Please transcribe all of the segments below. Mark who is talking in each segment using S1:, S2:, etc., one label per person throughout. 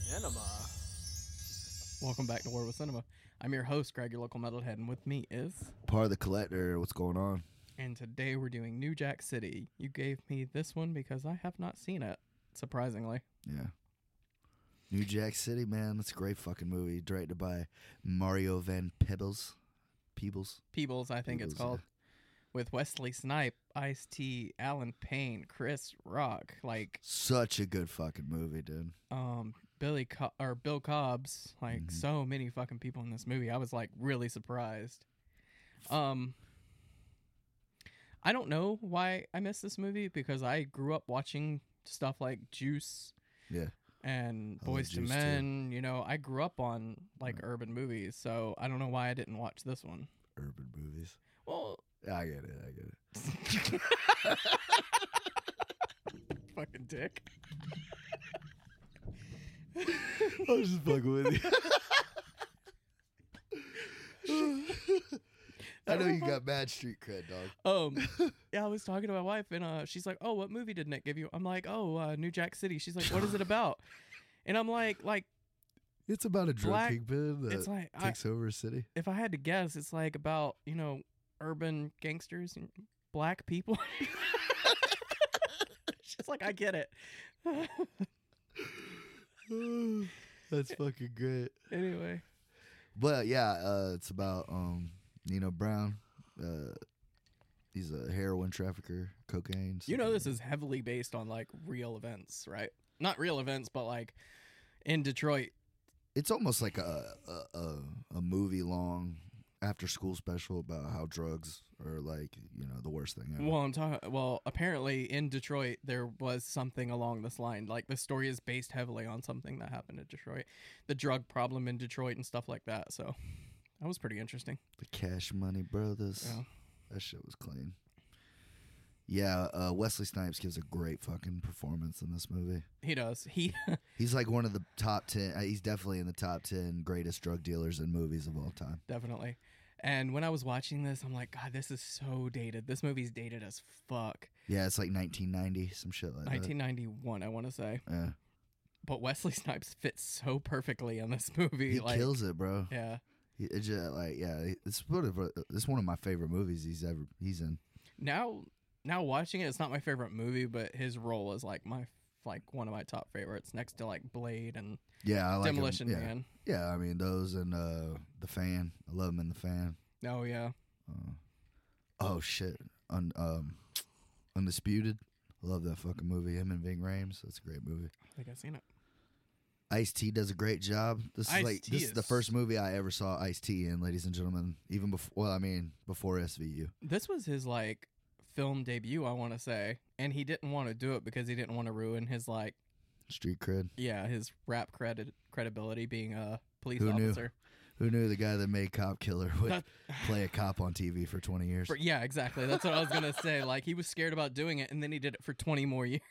S1: Cinema.
S2: Welcome back to War with Cinema. I'm your host, Greg, your local metalhead, and with me is.
S3: Part of the collector. What's going on?
S2: And today we're doing New Jack City. You gave me this one because I have not seen it, surprisingly.
S3: Yeah. New Jack City, man. That's a great fucking movie. Directed by Mario Van Peebles. Peebles.
S2: Peebles, I think it's
S3: Peebles, yeah.
S2: called. With Wesley Snipe, Ice T, Alan Payne, Chris Rock, like
S3: Such a good fucking movie, dude.
S2: um Billy Co- or Bill Cobb's, like
S3: Mm-hmm.
S2: so many fucking people in this movie. I was like really surprised. Um I don't know why I missed this movie because I grew up watching stuff like Juice
S3: Yeah.
S2: and
S3: I love
S2: Boys to
S3: Juice, too.
S2: Men, you know, I grew up on like urban movies, so I don't know why I didn't watch this one.
S3: Urban movies.
S2: Well,
S3: I get it. I get it.
S2: fucking dick.
S3: I was just fucking with you. I know you got mad street cred, dog.
S2: Um, yeah, I was talking to my wife, and uh, she's like, "Oh, what movie did Nick give you?" I'm like, "Oh, uh, New Jack City." She's like, "What is it about?" And I'm like, "Like,
S3: It's about a drug
S2: Black-
S3: kingpin that
S2: it's like I,
S3: takes over a city.
S2: if I had to guess, it's like about you know urban gangsters and black people." she's like, "I get it."
S3: That's fucking great.
S2: Anyway,
S3: But yeah, uh, it's about um, Nino Brown. Uh, he's a heroin trafficker, cocaine.
S2: you know this is heavily based on like real events, right? Not real events, but like in Detroit.
S3: it's almost like a a, a, a movie long after school special about how drugs are like you know the worst thing. Ever.
S2: Well, I'm talking. Well, apparently in Detroit there was something along this line. Like the story is based heavily on something that happened in Detroit, the drug problem in Detroit and stuff like that. So that was pretty interesting.
S3: the Cash Money Brothers.
S2: Yeah.
S3: That shit was clean. Yeah, uh, Wesley Snipes gives a great fucking performance in this movie.
S2: He does. He
S3: He's like one of the top ten. uh, He's definitely in the top ten greatest drug dealers in movies of all time.
S2: definitely. And when I was watching this, I'm like, God, this is so dated. This movie's dated as fuck.
S3: Yeah, it's like 1990, some shit like
S2: 1991, I want to say.
S3: that. Yeah.
S2: But Wesley Snipes fits so perfectly in this movie.
S3: He
S2: like,
S3: kills it, bro.
S2: Yeah.
S3: He, it just, like yeah, it's one of it's one of my favorite movies he's ever he's in.
S2: now now watching it it's not my favorite movie but his role is like my like one of my top favorites next to like blade and
S3: Yeah, I like him.
S2: demolition
S3: Yeah.
S2: man
S3: Yeah, I mean those and uh the fan. I love him in the fan. Uh,
S2: oh yeah
S3: Oh shit, Un, um, Undisputed. I love that fucking movie. Him and Ving Rhames. That's a great movie.
S2: i think i've seen it
S3: Ice T does a great job. This is like
S2: Ice-T
S3: this is the
S2: is-
S3: first movie I ever saw Ice T in, ladies and gentlemen. Even before, well, I mean before SVU.
S2: this was his like film debut i want to say and he didn't want to do it because he didn't want to ruin his like
S3: Street cred.
S2: yeah his rap credit credibility being a police
S3: Who knew?
S2: officer
S3: Who knew the guy that made Cop Killer would
S2: That-
S3: play a cop on TV for twenty years?
S2: For- yeah exactly that's what i was gonna say like he was scared about doing it and then he did it for 20 more years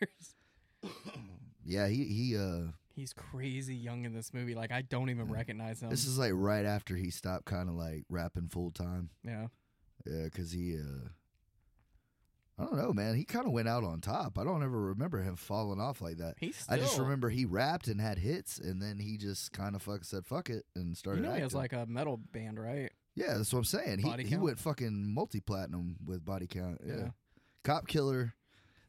S3: Yeah, he he. uh
S2: he's crazy young in this movie like i don't even recognize him
S3: This is like right after he stopped, kind of like rapping full time.
S2: yeah
S3: Yeah, because he, uh, I don't know, man. He kind of went out on top. I don't ever remember him falling off like that.
S2: He's
S3: I just
S2: still-
S3: remember he rapped and had hits, and then he just kind of fuck said fuck it and started.
S2: You know he has
S3: acting.
S2: like a metal band, right?
S3: yeah, that's what I'm saying.
S2: Body
S3: He he
S2: Count.
S3: went fucking multi platinum with body count. Yeah.
S2: Yeah.
S3: cop killer.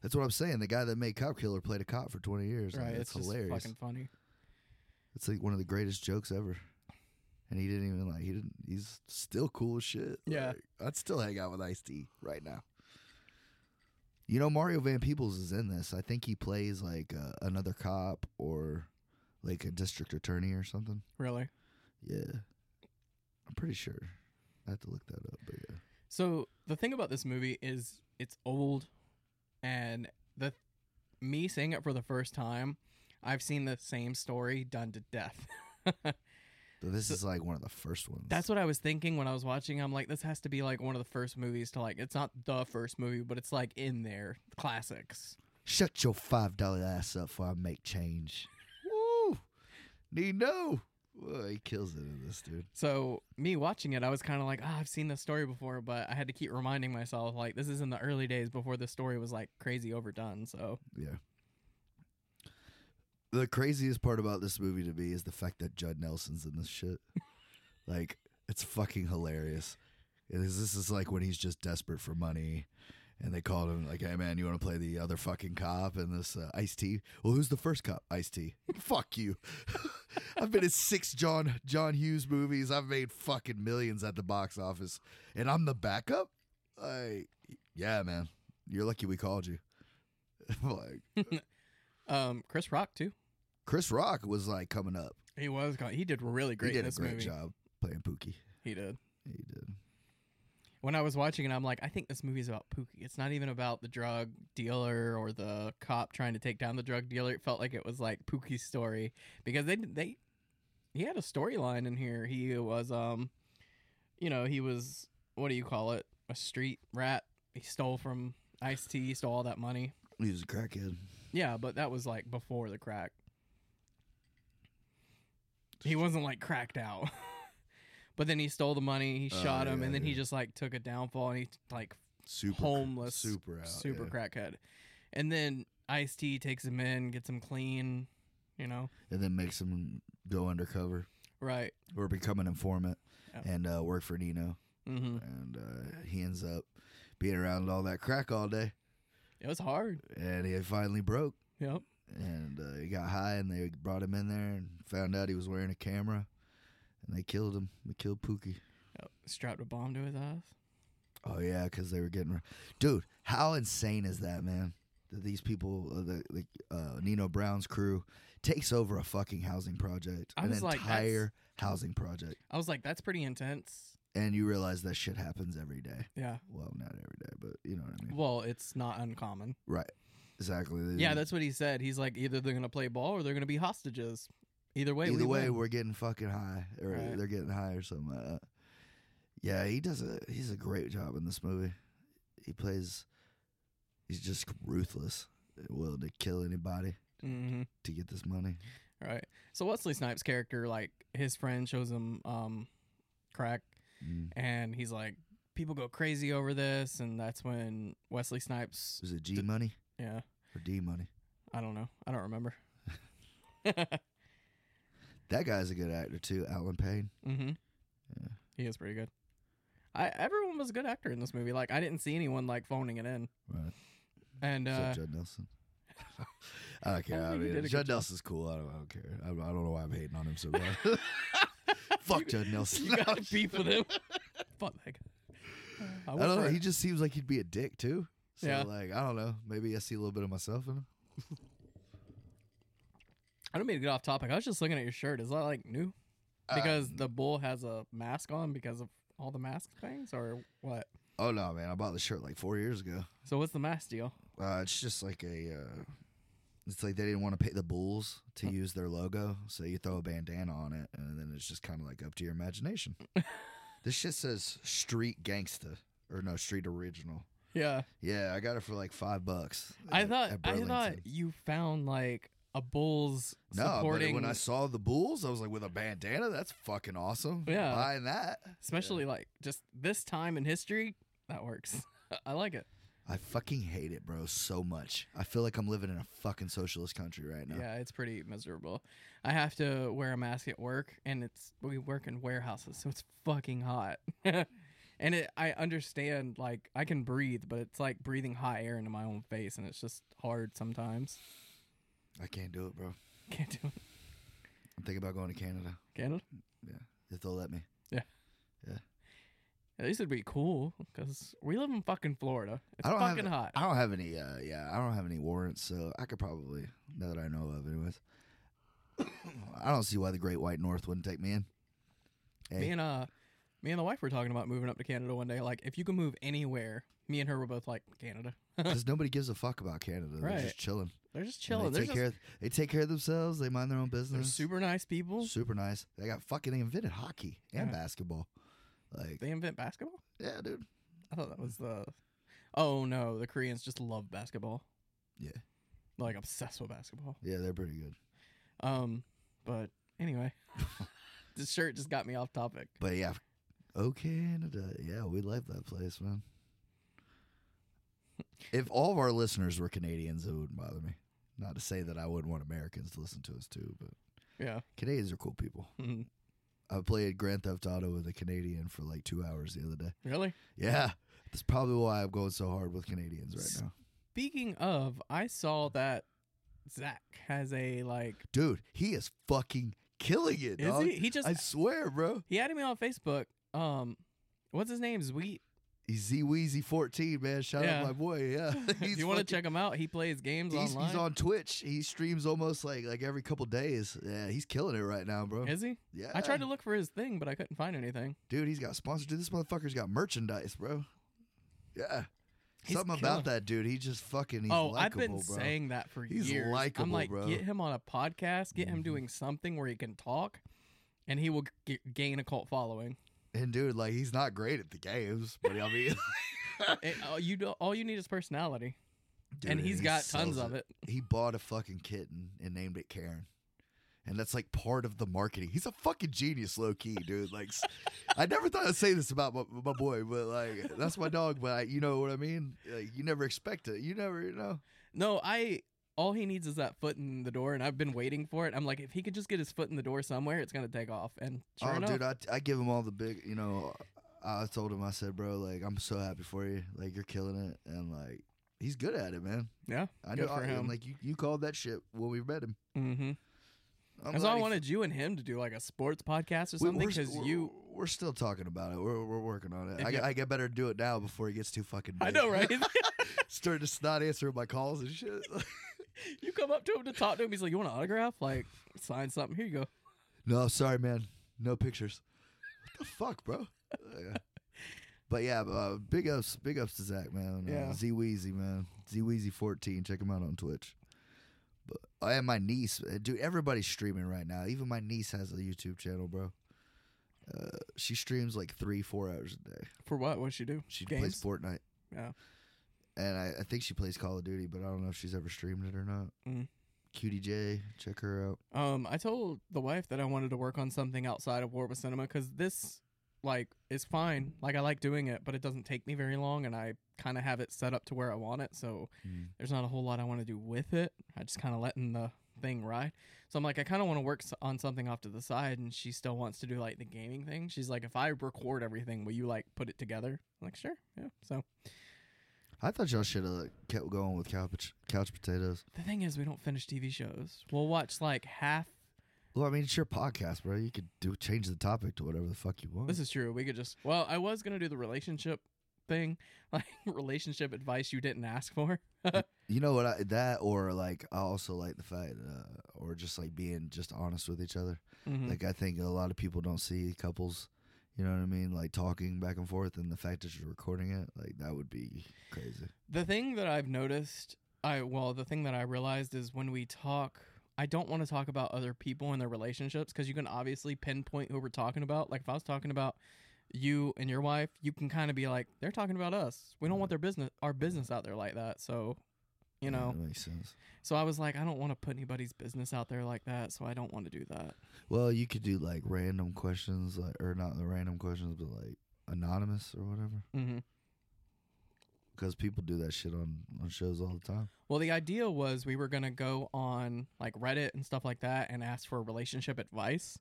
S3: That's what I'm saying. The guy that made Cop Killer played a cop for 20 years.
S2: right.
S3: Right,
S2: It's,
S3: that's
S2: just
S3: hilarious.
S2: fucking funny.
S3: It's like one of the greatest jokes ever. And he didn't even like. He didn't. He's still cool as shit.
S2: Yeah.
S3: Like, I'd still hang out with Ice T right now. You know, Mario Van Peebles is in this. I think he plays like uh, another cop or like a district attorney or something.
S2: Really.
S3: Yeah, I'm pretty sure. I have to look that up, but yeah.
S2: So the thing about this movie is it's old and the me seeing it for the first time, I've seen the same story done to death.
S3: So this is like one of the first ones.
S2: That's what I was thinking when I was watching. I'm like, this has to be like one of the first movies to like it's not the first movie, but it's like in there. Classics.
S3: Shut your five dollar ass up before I make change. Woo, Nino. Whoa, he kills it in this dude.
S2: So me watching it, I was kind of like, ah, I've seen this story before, but I had to keep reminding myself like this is in the early days before the story was like crazy overdone. So
S3: Yeah. the craziest part about this movie to me is the fact that Judd Nelson's in this shit. like, it's fucking hilarious. It is, this is like when he's just desperate for money. And they called him like, "Hey man, you want to play the other fucking cop?" And this uh, Ice T. Well, who's the first cop? Ice T. Fuck you. I've been in six John John Hughes movies. I've made fucking millions at the box office, and I'm the backup. Like, yeah, man, you're lucky we called you. like,
S2: Um, Chris Rock too.
S3: Chris Rock was like coming up.
S2: He was go- he did really great
S3: he
S2: in
S3: did a
S2: this
S3: great
S2: movie.
S3: job playing Pookie.
S2: He did.
S3: He did.
S2: When I was watching it, I'm like, I think this movie's about Pookie. It's not even about the drug dealer or the cop trying to take down the drug dealer. It felt like it was like Pookie's story because they they he had a storyline in here. He was um, you know, he was what do you call it? A street rat. He stole from Ice T. He stole all that money.
S3: He was a crackhead.
S2: Yeah, but that was like before the crack. He wasn't like cracked out. but then he stole the money, he
S3: Oh,
S2: shot him,
S3: yeah,
S2: and then he
S3: yeah.
S2: just like took a downfall and he like
S3: Super
S2: Homeless,
S3: Super out.
S2: super
S3: oh, yeah.
S2: crackhead. And then Ice T takes him in, gets him clean, you know.
S3: And then makes him go undercover
S2: Right.
S3: or become an informant
S2: Yeah.
S3: and uh, work for Nino.
S2: hmm
S3: And uh, he ends up being around all that crack all day.
S2: It was hard.
S3: And he finally broke.
S2: Yep.
S3: And uh, he got high and they brought him in there and found out he was wearing a camera. And they killed him. They killed Pookie.
S2: Yep. Strapped a bomb to his eyes.
S3: Oh yeah, because they were getting, re- dude. How insane is that, man? That these people, uh, the, the uh, Nino Brown's crew, takes over a fucking housing project,
S2: I
S3: an
S2: was like, that's-
S3: entire housing project,
S2: I was like, that's pretty intense.
S3: and you realize that shit happens every day.
S2: Yeah.
S3: Well, not every day, but you know what I mean.
S2: Well, it's not uncommon.
S3: Right? Exactly.
S2: Yeah, that's what he said. He's like, either they're gonna play ball or they're gonna be hostages. Either way, we
S3: Either way,
S2: win.
S3: we're getting fucking high, or
S2: Right.
S3: they're getting high, or something. Like that. Yeah, he does a he's a great job in this movie. He plays. He's just ruthless, willing to kill anybody
S2: Mhm.
S3: to get this money.
S2: Right. So Wesley Snipes' character, like his friend, shows him um, crack,
S3: Mm.
S2: and he's like, people go crazy over this, and that's when Wesley Snipes,
S3: Was it G money
S2: yeah,
S3: or D money?
S2: I don't know, I don't remember.
S3: That guy's a good actor too, Alan Payne.
S2: hmm
S3: Yeah.
S2: He is pretty good. I everyone was a good actor in this movie. Like I didn't see anyone like phoning it in,
S3: Right.
S2: and uh,
S3: Except Judd Nelson. I don't care.
S2: I
S3: I,
S2: think he did a
S3: mean,
S2: good
S3: Judd
S2: job.
S3: Nelson's cool. I don't, I don't care. I, I don't know why I'm hating on him so much. Fuck Judd Nelson.
S2: you got to beef with him. Fuck that guy. I
S3: I
S2: went
S3: don't
S2: for
S3: know.
S2: it.
S3: He just seems like he'd be a dick too. So
S2: Yeah.
S3: like, I don't know. Maybe I see a little bit of myself in him.
S2: I don't mean to get off topic. I was just looking at your shirt. Is that like new?
S3: Uh,
S2: Because the bull has a mask on because of all the mask things, or what?
S3: Oh no, man! I bought the shirt like four years ago.
S2: So what's the mask deal?
S3: Uh, it's just like a. Uh, it's like they didn't want to pay the Bulls to use their logo, so you throw a bandana on it, and then it's just kind of like up to your imagination. this shit says Street Gangsta or no Street Original.
S2: Yeah,
S3: Yeah, I got it for like five bucks.
S2: I
S3: at-
S2: thought
S3: Uh, at
S2: I thought
S3: Burlington.
S2: you found like a bull's
S3: No,
S2: supporting,
S3: but when I saw the Bulls, I was like, with a bandana, that's fucking awesome.
S2: Yeah.
S3: buying that.
S2: especially like just this time in history. That works. I like it.
S3: I fucking hate it, bro, so much. I feel like I'm living in a fucking socialist country right now.
S2: Yeah, it's pretty miserable. I have to wear a mask at work, and it's we work in warehouses, so it's fucking hot. and it, I understand, like I can breathe, but it's like breathing hot air into my own face, and it's just hard sometimes.
S3: I can't do it, bro.
S2: Can't do it.
S3: I'm thinking about going to Canada
S2: Canada.
S3: if they'll let me.
S2: At least it'd be cool because we live in fucking Florida. It's
S3: I don't have-
S2: fucking hot.
S3: I don't have any. Uh, yeah, I don't have any warrants, so I could probably now that I know of, anyways. I don't see why the Great White North wouldn't take me in. Hey,
S2: Me and uh, me and the wife were talking about moving up to Canada one day. Like, if you can move anywhere, me and her were both like Canada.
S3: because nobody gives a fuck about Canada. They're
S2: Right.
S3: just chilling.
S2: They're just
S3: And
S2: chilling.
S3: They
S2: They're,
S3: take
S2: just,
S3: care. They take care of themselves. They mind their own
S2: they're
S3: business.
S2: super nice people.
S3: super nice. They got fucking. They invented hockey and
S2: Yeah.
S3: basketball. Like,
S2: They invent basketball.
S3: yeah, dude.
S2: I thought that was the. Oh no, the Koreans just love basketball.
S3: Yeah.
S2: Like obsessed with basketball.
S3: Yeah, they're pretty good.
S2: Um, but anyway, this shirt just got me off topic.
S3: But yeah, oh Canada, yeah, we love that place, man. If all of our listeners were Canadians, it wouldn't bother me. Not to say that I wouldn't want Americans to listen to us too, but
S2: Yeah.
S3: Canadians are cool people.
S2: Mhm.
S3: I played Grand Theft Auto with a Canadian for like two hours the other day.
S2: Really?
S3: Yeah, that's probably why I'm going so hard with Canadians right now,
S2: Speaking of, I saw that Zach has a like.
S3: dude. He is fucking killing it.
S2: Is
S3: dog.
S2: he? He just
S3: I swear, bro.
S2: he added me on Facebook. Um, what's his name? Zweet.
S3: He's Z Weezy 14, man. Shout
S2: Yeah.
S3: out my boy. Yeah,
S2: If
S3: He's
S2: you want to
S3: fucking-
S2: check him out, he plays games
S3: He's,
S2: online.
S3: he's on Twitch. He streams almost like like every couple days. Yeah, he's killing it right now, bro.
S2: Is he?
S3: yeah,
S2: I tried to look for his thing, but I couldn't find anything.
S3: dude. He's got sponsors. Dude, this motherfucker's got merchandise, bro. Yeah,
S2: He's
S3: something
S2: killing
S3: about
S2: it.
S3: that dude. He just fucking. He's
S2: oh,
S3: likable,
S2: I've been
S3: bro.
S2: saying that for
S3: He's
S2: years. I'm
S3: likable,
S2: like,
S3: bro.
S2: get him on a podcast, get him
S3: Mhm.
S2: doing something where he can talk, and he will g- gain a cult following.
S3: And dude, like he's not great at the games, but I mean,
S2: It, all you do, all you need is personality,
S3: Dude,
S2: and he's
S3: he
S2: got tons
S3: sells
S2: of it.
S3: He bought a fucking kitten and named it Karen. And that's like part of the marketing. He's a fucking genius, low key, dude. Like, s- I never thought I'd say this about my, my boy, but like, that's my dog. But I, you know what I mean? Like, you never expect it. You never, you know.
S2: No, I. All he needs is that foot in the door, and I've been waiting for it. I'm like, if he could just get his foot in the door somewhere, it's gonna take off. And sure
S3: oh,
S2: enough,
S3: dude, I, I give him all the big, you know. I told him, I said, bro, like, I'm so happy for you. Like, you're killing it, and like, he's good at it, man.
S2: yeah,
S3: I
S2: Good
S3: know.
S2: for
S3: I, am
S2: him.
S3: like, you, you called that shit when we met him.
S2: mm-hmm.
S3: I'm
S2: That's all
S3: glad
S2: I
S3: he
S2: wanted you and him to do, like a sports podcast or
S3: We-
S2: something,
S3: we're s-
S2: because
S3: we're-
S2: you.
S3: we're still talking about it. We're, we're working on it.
S2: If
S3: I,
S2: you-
S3: I get better do it now before he gets too fucking. Big.
S2: I know, right?
S3: Starting to not answering my calls and shit.
S2: you come up to him to talk to him. He's like, "You want an autograph? Like, sign something. Here you go."
S3: no, sorry, man. No pictures. What the fuck, bro? Yeah. But yeah, uh, big ups, big ups to Zach, man.
S2: Yeah.
S3: Uh, Z Weezy, man. Z Weezy fourteen. Check him out on Twitch. But I and my niece, uh, dude. Everybody's streaming right now. Even my niece has a YouTube channel, bro. Uh, she streams like three, four hours a day.
S2: For what? What'd she do?
S3: She plays
S2: Games?
S3: Fortnite.
S2: Yeah.
S3: And I, I think she plays Call of Duty, but I don't know if she's ever streamed it or not.
S2: Mm.
S3: Cutie J, check her out.
S2: Um, I told the wife that I wanted to work on something outside of War with Cinema because this, like, is fine. Like, I like doing it, but it doesn't take me very long, and I kind of have it set up to where I want it. So
S3: Mm.
S2: there's not a whole lot I want to do with it. I just kind of letting the thing ride. So I'm like, I kind of want to work s- on something off to the side, and she still wants to do like the gaming thing. She's like, if I record everything, will you like put it together? I'm like, sure, yeah. So
S3: I thought y'all should have kept going with couch couch potatoes.
S2: the thing is, we don't finish TV shows. We'll watch like half
S3: Well, I mean, it's your podcast, bro. You could do change the topic to whatever the fuck you want.
S2: This is true. We could just well, I was gonna do the relationship thing, like relationship advice you didn't ask for.
S3: you know what? I, that or like, I also like the fact, uh, or just like being just honest with each other.
S2: Mhm.
S3: Like, I think a lot of people don't see couples. You know what I mean? Like talking back and forth, and the fact that you're recording it, like that would be crazy.
S2: the thing that I've noticed, I well, the thing that I realized is when we talk, I don't want to talk about other people and their relationships because you can obviously pinpoint who we're talking about. Like if I was talking about you and your wife, you can kind of be like, they're talking about us. We don't want their business, our business out there like that. So, you know.
S3: that makes sense.
S2: So I was like, I don't want to put anybody's business out there like that. So I don't want to do that.
S3: Well, you could do like random questions, like or not the random questions, but like anonymous or whatever,
S2: Mm-hmm.
S3: because people do that shit on on shows all the time.
S2: Well, the idea was we were going to go on like Reddit and stuff like that and ask for relationship advice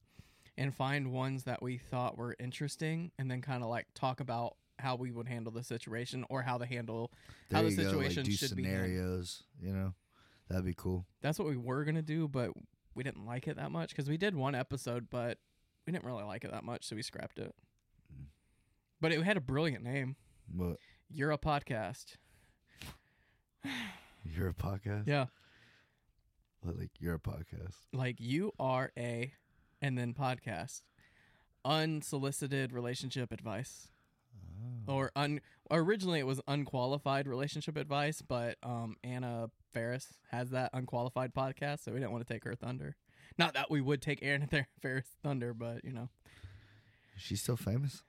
S2: and find ones that we thought were interesting and then kind of like talk about how we would handle the situation or how to handle. How the
S3: you go,
S2: situation
S3: like, do
S2: should be handled.
S3: scenarios, you know, that'd be cool.
S2: That's what we were going to do, but we didn't like it that much because we did one episode, but we didn't really like it that much. So we scrapped it.
S3: Mm.
S2: But it had a brilliant name.
S3: But
S2: You're a podcast.
S3: you're a podcast,
S2: Yeah.
S3: What, like you're a podcast.
S2: like you are a and then podcast unsolicited relationship advice
S3: Oh.
S2: or un originally it was unqualified relationship advice but um anna ferris has that unqualified podcast so we didn't want to take her thunder not that we would take anna Ther- ferris thunder but you know
S3: she's still famous,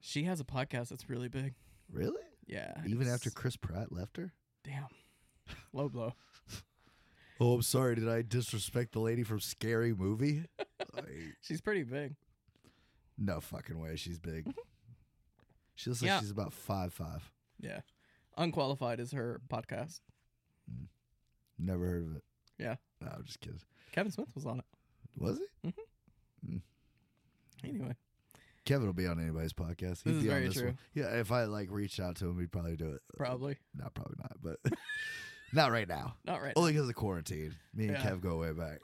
S2: she has a podcast that's really big
S3: really?
S2: yeah
S3: Even
S2: it's-
S3: after Chris Pratt left her.
S2: damn low blow
S3: Oh, I'm sorry. Did I disrespect the lady from Scary Movie? Like,
S2: she's pretty big
S3: no fucking way. She's big. She looks
S2: Mm-hmm. Yeah.
S3: like she's about five five.
S2: yeah unqualified is her podcast
S3: Never heard of it.
S2: Yeah.
S3: No, I'm just kidding.
S2: Kevin Smith was on it.
S3: Was he?
S2: Anyway,
S3: Kevin will be on anybody's podcast.
S2: This is
S3: be
S2: very
S3: on this
S2: true.
S3: One. Yeah, if I like reached out to him, he'd probably do it.
S2: probably
S3: No, probably not, but not right now.
S2: not right.
S3: Only because of quarantine. Me and
S2: Yeah.
S3: Kev go way back.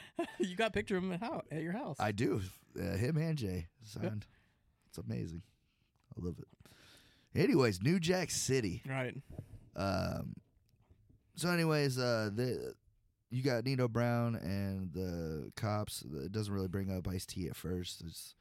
S2: you got a picture of him at, hou- at your house.
S3: I do. Uh, him and Jay signed. It's amazing. I love it. Anyways, New Jack City.
S2: right.
S3: Um, so, anyways, uh, the you got Nino Brown and the cops. It doesn't really bring up Ice T at first. It's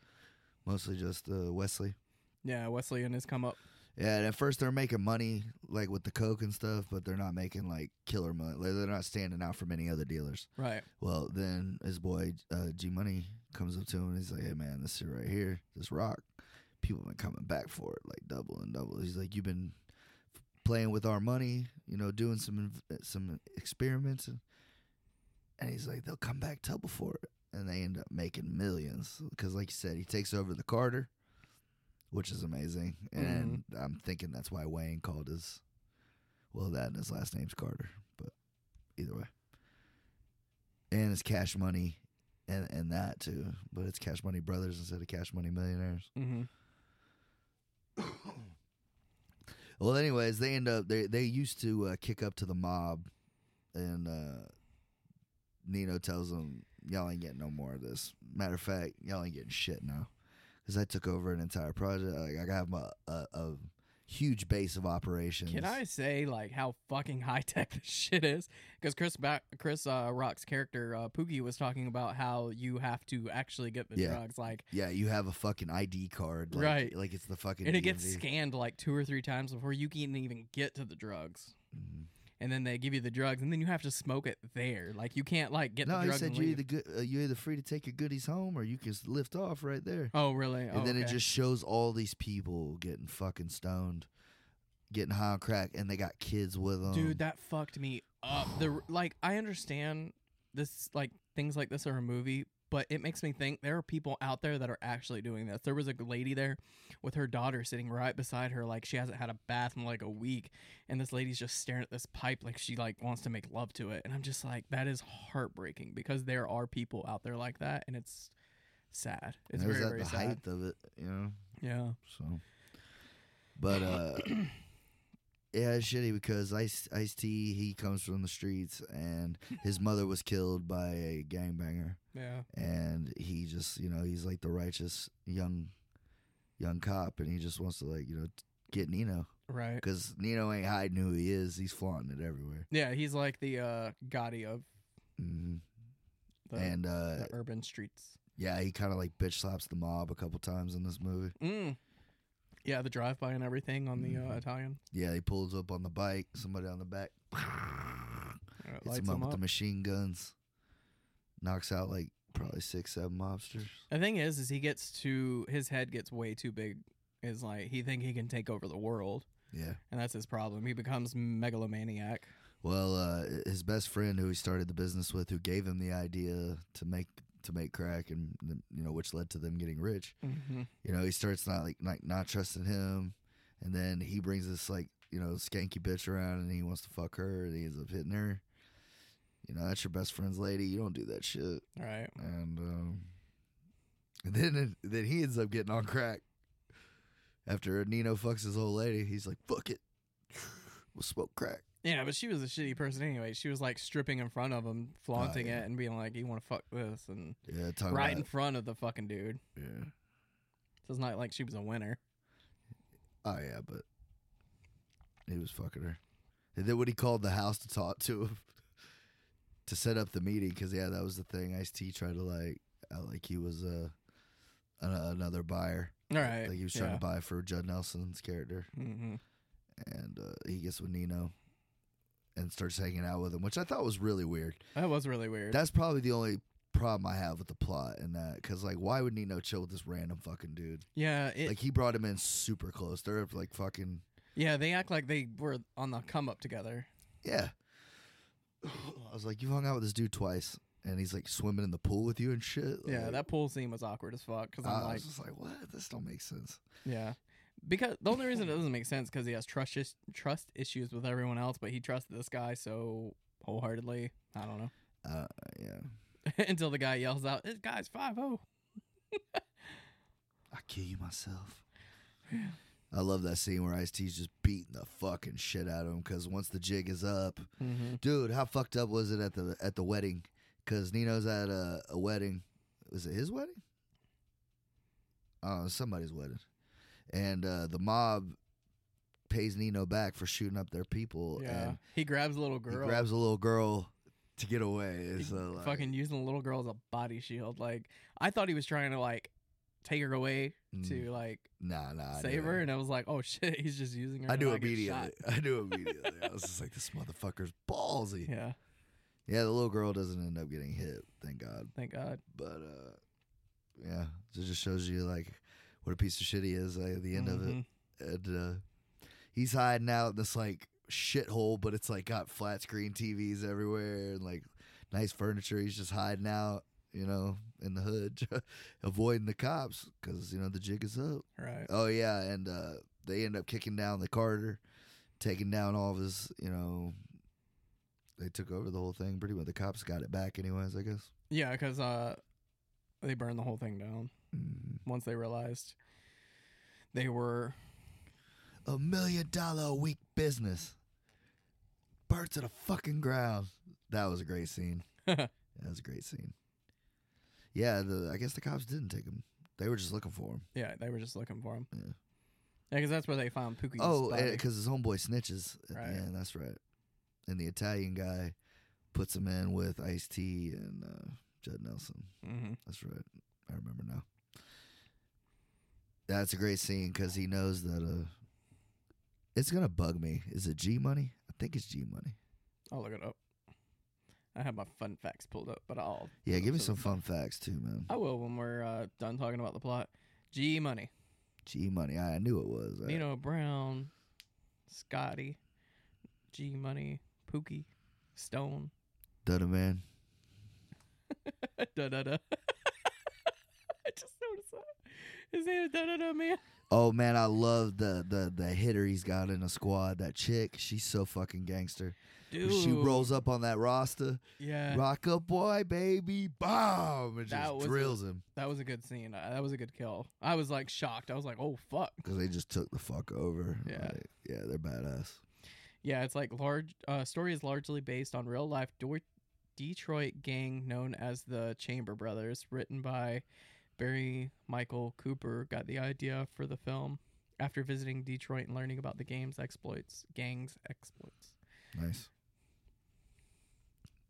S3: mostly just uh, Wesley.
S2: Yeah, Wesley and his come up.
S3: Yeah, and at first they're making money like with the coke and stuff, but they're not making like killer money. Like, they're not standing out from any other dealers.
S2: Right.
S3: Well, then his boy uh, G Money comes up to him and he's like, "Hey man, this shit right here, this rock, people been coming back for it like double and double." He's like, "You've been f- playing with our money, you know, doing some inv- some experiments," and, and he's like, "They'll come back double for it," and they end up making millions because, like you said, he takes over the Carter, which is amazing, and I'm thinking that's why Wayne called his, well, that and his last name's Carter, but either way and it's Cash Money, and and that too. But it's Cash Money Brothers instead of Cash Money Millionaires.
S2: Mm-hmm.
S3: Well, anyways, they end up they they used to uh, kick up to the mob, and uh, Nino tells them, "Y'all ain't getting no more of this." Matter of fact, y'all ain't getting shit now, because I took over an entire project. Like I got my a, a huge base of operations.
S2: Can I say like how fucking high tech this shit is? Because Chris ba- Chris uh, Rock's character uh, Pookie was talking about how you have to actually get the
S3: Yeah.
S2: drugs, like,
S3: Yeah, you have a fucking ID card, like,
S2: Right.
S3: Like it's the fucking
S2: and it gets
S3: DMV.
S2: scanned like two or three times before you can even get to the drugs.
S3: Mhm.
S2: And then they give you the drugs, and then you have to smoke it there. Like you can't like get
S3: No,
S2: the
S3: he
S2: drugs.
S3: said
S2: and
S3: you
S2: leave.
S3: either good, uh, you either free to take your goodies home or you can s- lift off right there.
S2: oh really?
S3: and
S2: oh,
S3: then it
S2: okay.
S3: just shows all these people getting fucking stoned, getting high on crack, and they got kids with them.
S2: dude that fucked me up. The like I understand this like things like this are a movie. But it makes me think there are people out there that are actually doing this. There was a lady there with her daughter sitting right beside her, like she hasn't had a bath in like a week, and this lady's just staring at this pipe like she like wants to make love to it. And I'm just like, that is heartbreaking because there are people out there like that, and it's sad. It's
S3: And it was
S2: very
S3: at
S2: very
S3: the
S2: sad.
S3: height of it, you know.
S2: Yeah.
S3: So, but uh, yeah, it's shitty because Ice Ice T he comes from the streets, and his mother was killed by a gangbanger.
S2: Yeah.
S3: and he just you know he's like the righteous young young cop and he just wants to like you know t- get nino
S2: Right.
S3: because nino ain't hiding who he is he's flaunting it everywhere
S2: Yeah, he's like the uh Gotti of
S3: hmm
S2: the,
S3: and uh
S2: the urban streets.
S3: yeah he kind of like bitch slaps the mob a couple times in this movie
S2: Mm. Yeah, the drive by and everything on the uh,
S3: Mhm.
S2: Italian.
S3: yeah he pulls up on the bike somebody on the back
S2: Uh,
S3: hits
S2: lights
S3: him up
S2: them
S3: with
S2: up.
S3: the machine guns knocks out like probably six seven mobsters
S2: The thing is, is he gets to his head gets way too big. Is like he think he can take over the world,
S3: yeah
S2: and that's his problem. He becomes megalomaniac.
S3: Well, uh, his best friend, who he started the business with, who gave him the idea to make to make crack, and you know, which led to them getting rich.
S2: Mm-hmm.
S3: You know, he starts not like not, not trusting him, and then he brings this like you know skanky bitch around, and he wants to fuck her, and he ends up hitting her. You know, that's your best friend's lady. You don't do that shit.
S2: Right.
S3: And um, and then then he ends up getting on crack. After Nino fucks his old lady, he's like, "Fuck it, we'll smoke crack."
S2: Yeah, but she was a shitty person anyway. She was like stripping in front of him, flaunting
S3: Ah, yeah. Oh,
S2: it, and being like, "You want to fuck this?" and
S3: Yeah, talking
S2: right in
S3: about
S2: front of the fucking dude.
S3: yeah.
S2: So it's not like she was a winner.
S3: Oh yeah, but he was fucking her. And then when he called the house to talk to him to set up the meeting, because yeah, that was the thing. Ice T tried to like, act like he was uh, an, another buyer,
S2: All right.
S3: like he was trying to buy for Judd Nelson's character,
S2: hmm
S3: and uh, he gets with Nino and starts hanging out with him, which I thought was really weird.
S2: That was really weird.
S3: That's probably the only problem I have with the plot in that, because like, why would Nino chill with this random fucking dude?
S2: yeah. It,
S3: like he brought him in super close. They're like fucking.
S2: yeah. They act like they were on the come up together.
S3: Yeah. I was like, you hung out with this dude twice, and he's like swimming in the pool with you and shit.
S2: Yeah,
S3: Like, Ah,
S2: that pool scene was awkward as fuck. Because I'm
S3: I
S2: like,
S3: was just like, what? This don't make sense.
S2: yeah, because the only reason it doesn't make sense because he has trust is- trust issues with everyone else, but he trusts this guy, so wholeheartedly. I don't know
S3: Uh, yeah,
S2: until the guy yells out, "This guy's oh." 5'0".
S3: I kill you myself. I love that scene where Ice T's just beating the fucking shit out of him because once the jig is up,
S2: Mm-hmm.
S3: dude, how fucked up was it at the at the wedding? Because Nino's at a, a wedding. Was it his wedding? Oh, it was somebody's wedding, and uh, the mob pays Nino back for shooting up their people,
S2: yeah,
S3: and
S2: he grabs a little girl.
S3: he grabs a little girl to get away.
S2: He
S3: It's uh, like,
S2: fucking using the little girl as a body shield. Like I thought he was trying to like take her away
S3: mm,
S2: to like
S3: nah, nah, I knew
S2: save
S3: it.
S2: her, and I was like, oh shit, he's just using her.
S3: I
S2: to
S3: knew
S2: not get shot."
S3: immediately. I knew immediately. I was just like, this motherfucker's ballsy. Yeah.
S2: Yeah,
S3: the little girl doesn't end up getting hit, thank God.
S2: thank God.
S3: But uh, yeah, it just shows you like what a piece of shit he is like, at the end of it.
S2: Mhm.
S3: And uh, he's hiding out in this like shithole, but it's like got flat screen TVs everywhere and like nice furniture. He's just hiding out, you know, in the hood, avoiding the cops because you know the jig is up.
S2: Right.
S3: Oh yeah, and uh, they end up kicking down the Carter, taking down all of his. You know, they took over the whole thing. Pretty much, the cops got it back, anyways. I guess.
S2: Yeah, because uh, they burned the whole thing down once they realized they were.
S3: A million dollar a week business. Burnt to the fucking ground. That was a great scene. that was a great scene. Yeah, the, I guess the cops didn't take him. They were just looking for him.
S2: Yeah, they were just looking for him.
S3: Yeah.
S2: because that's where they found Pookie's
S3: Oh,
S2: body.
S3: because his homeboy snitches. at the
S2: Right.
S3: end, that's right. And the Italian guy puts him in with Ice T and uh, Judd Nelson.
S2: Mhm.
S3: That's right. I remember now. That's a great scene because he knows that uh, it's gonna bug me. Is it G Money? I think it's G Money.
S2: I'll look it up. I have my fun facts pulled up, but I'll
S3: Yeah, give me
S2: So-
S3: some fun facts too, man.
S2: I will when we're uh, done talking about the plot. G Money,
S3: G Money. I knew it was. I-
S2: Nino Brown, Scotty, G Money, Pookie, Stone,
S3: Dunna man.
S2: da da da. I just noticed that his name is da da da man.
S3: Oh man, I love the the the hitter he's got in the squad. That chick, she's so fucking gangster.
S2: Dude,
S3: She rolls up on that roster.
S2: Yeah,
S3: Rock a boy, baby, bomb, and
S2: Eh. That was
S3: just
S2: a-
S3: drills him
S2: that was a good scene. Uh, that was a good kill. I was like shocked. I was like, oh fuck.
S3: because they just took the fuck over.
S2: Yeah.
S3: Like, yeah, they're badass.
S2: Yeah, it's like large. Uh, story is largely based on real life Dor- Detroit gang known as the Chamber Brothers, written by Barry Michael Cooper. Got the idea for the film after visiting Detroit and learning about the game's exploits, gangs exploits.
S3: Nice.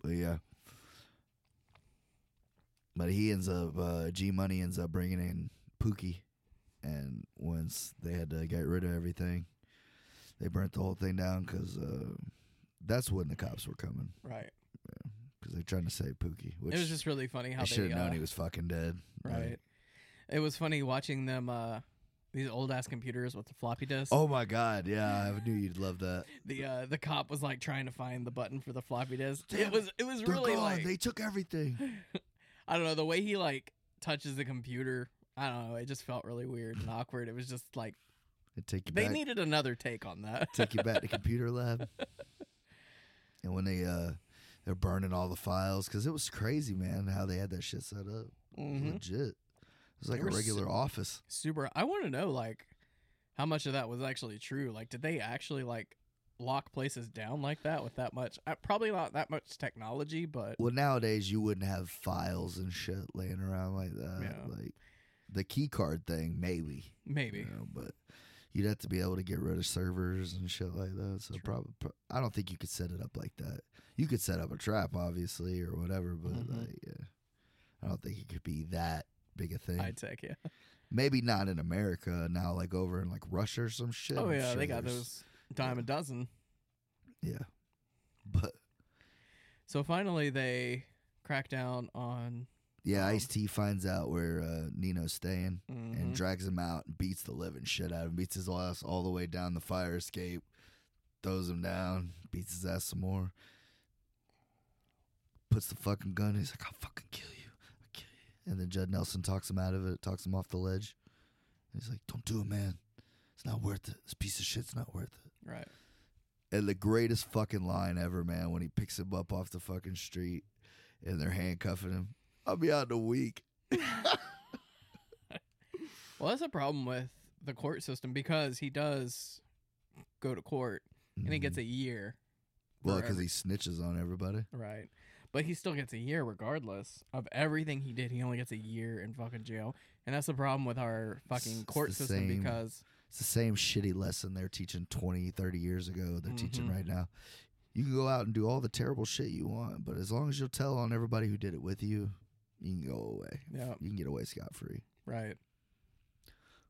S3: But yeah. But he ends up uh, G Money ends up bringing in Pookie, and once they had to get rid of everything, they burnt the whole thing down because uh, that's when the cops were coming
S2: Right.
S3: because they're trying to save Pookie, which
S2: it was just really funny how
S3: they should
S2: they.
S3: have known
S2: uh,
S3: he was fucking dead. but-
S2: right. It was funny watching them. Uh, these old ass computers with the floppy disk.
S3: Oh my god, yeah, I knew you'd love that.
S2: The uh, the cop was like trying to find the button for the floppy disk.
S3: Damn
S2: It was it was
S3: They're
S2: really
S3: gone.
S2: like
S3: they took everything.
S2: I don't know the way he like touches the computer. I don't know. It just felt really weird and awkward. It was just like
S3: They take you
S2: they
S3: back.
S2: needed another take on that.
S3: take you back to computer lab. And when they uh they're burning all the files because it was crazy, man, how they had that shit set up. It was
S2: Mhm.
S3: Legit, it was like
S2: They
S3: a
S2: were
S3: regular
S2: so-
S3: office.
S2: Super. I want to know like how much of that was actually true. Like, did they actually like lock places down like that with that much? Uh, probably not that much technology, but
S3: Well, nowadays you wouldn't have files and shit laying around like that.
S2: Yeah.
S3: Like the key card thing, maybe,
S2: maybe.
S3: you know, but you'd have to be able to get rid of servers and shit like that. So
S2: True.
S3: probably, I don't think you could set it up like that. You could set up a trap, obviously, or whatever, but
S2: Mhm.
S3: like, yeah, I don't think it could be that big a thing.
S2: High tech, yeah.
S3: Maybe not in America now, like over in like Russia or some shit.
S2: Oh
S3: I'm
S2: yeah,
S3: sure
S2: they got
S3: there's-
S2: those dime a dozen.
S3: Yeah, but
S2: So finally, they crack down on.
S3: yeah,
S2: Um,
S3: Ice T finds out where uh, Nino's staying and
S2: Mhm.
S3: drags him out and beats the living shit out of him. Beats his ass all the way down the fire escape, throws him down, beats his ass some more. Puts the fucking gun. He's like, "I'll fucking kill you, I'll kill you." And then Judd Nelson talks him out of it, talks him off the ledge. And he's like, "Don't do it, man. It's not worth it. This piece of shit's not worth it."
S2: right.
S3: And the greatest fucking line ever, man, when he picks him up off the fucking street and they're handcuffing him. I'll be out in a week.
S2: Well, that's a problem with the court system because he does go to court and he gets a year.
S3: well
S2: for
S3: because
S2: every-
S3: he snitches on everybody.
S2: Right. But he still gets a year regardless of everything he did. He only gets a year in fucking jail. And that's the problem with our fucking
S3: It's
S2: court
S3: the
S2: system
S3: same.
S2: because
S3: It's the same shitty lesson they're teaching 20, 30 years ago. They're teaching
S2: Mhm.
S3: right now. You can go out and do all the terrible shit you want, but as long as you'll tell on everybody who did it with you, you can go away.
S2: Yeah.
S3: You can get away scot free.
S2: right.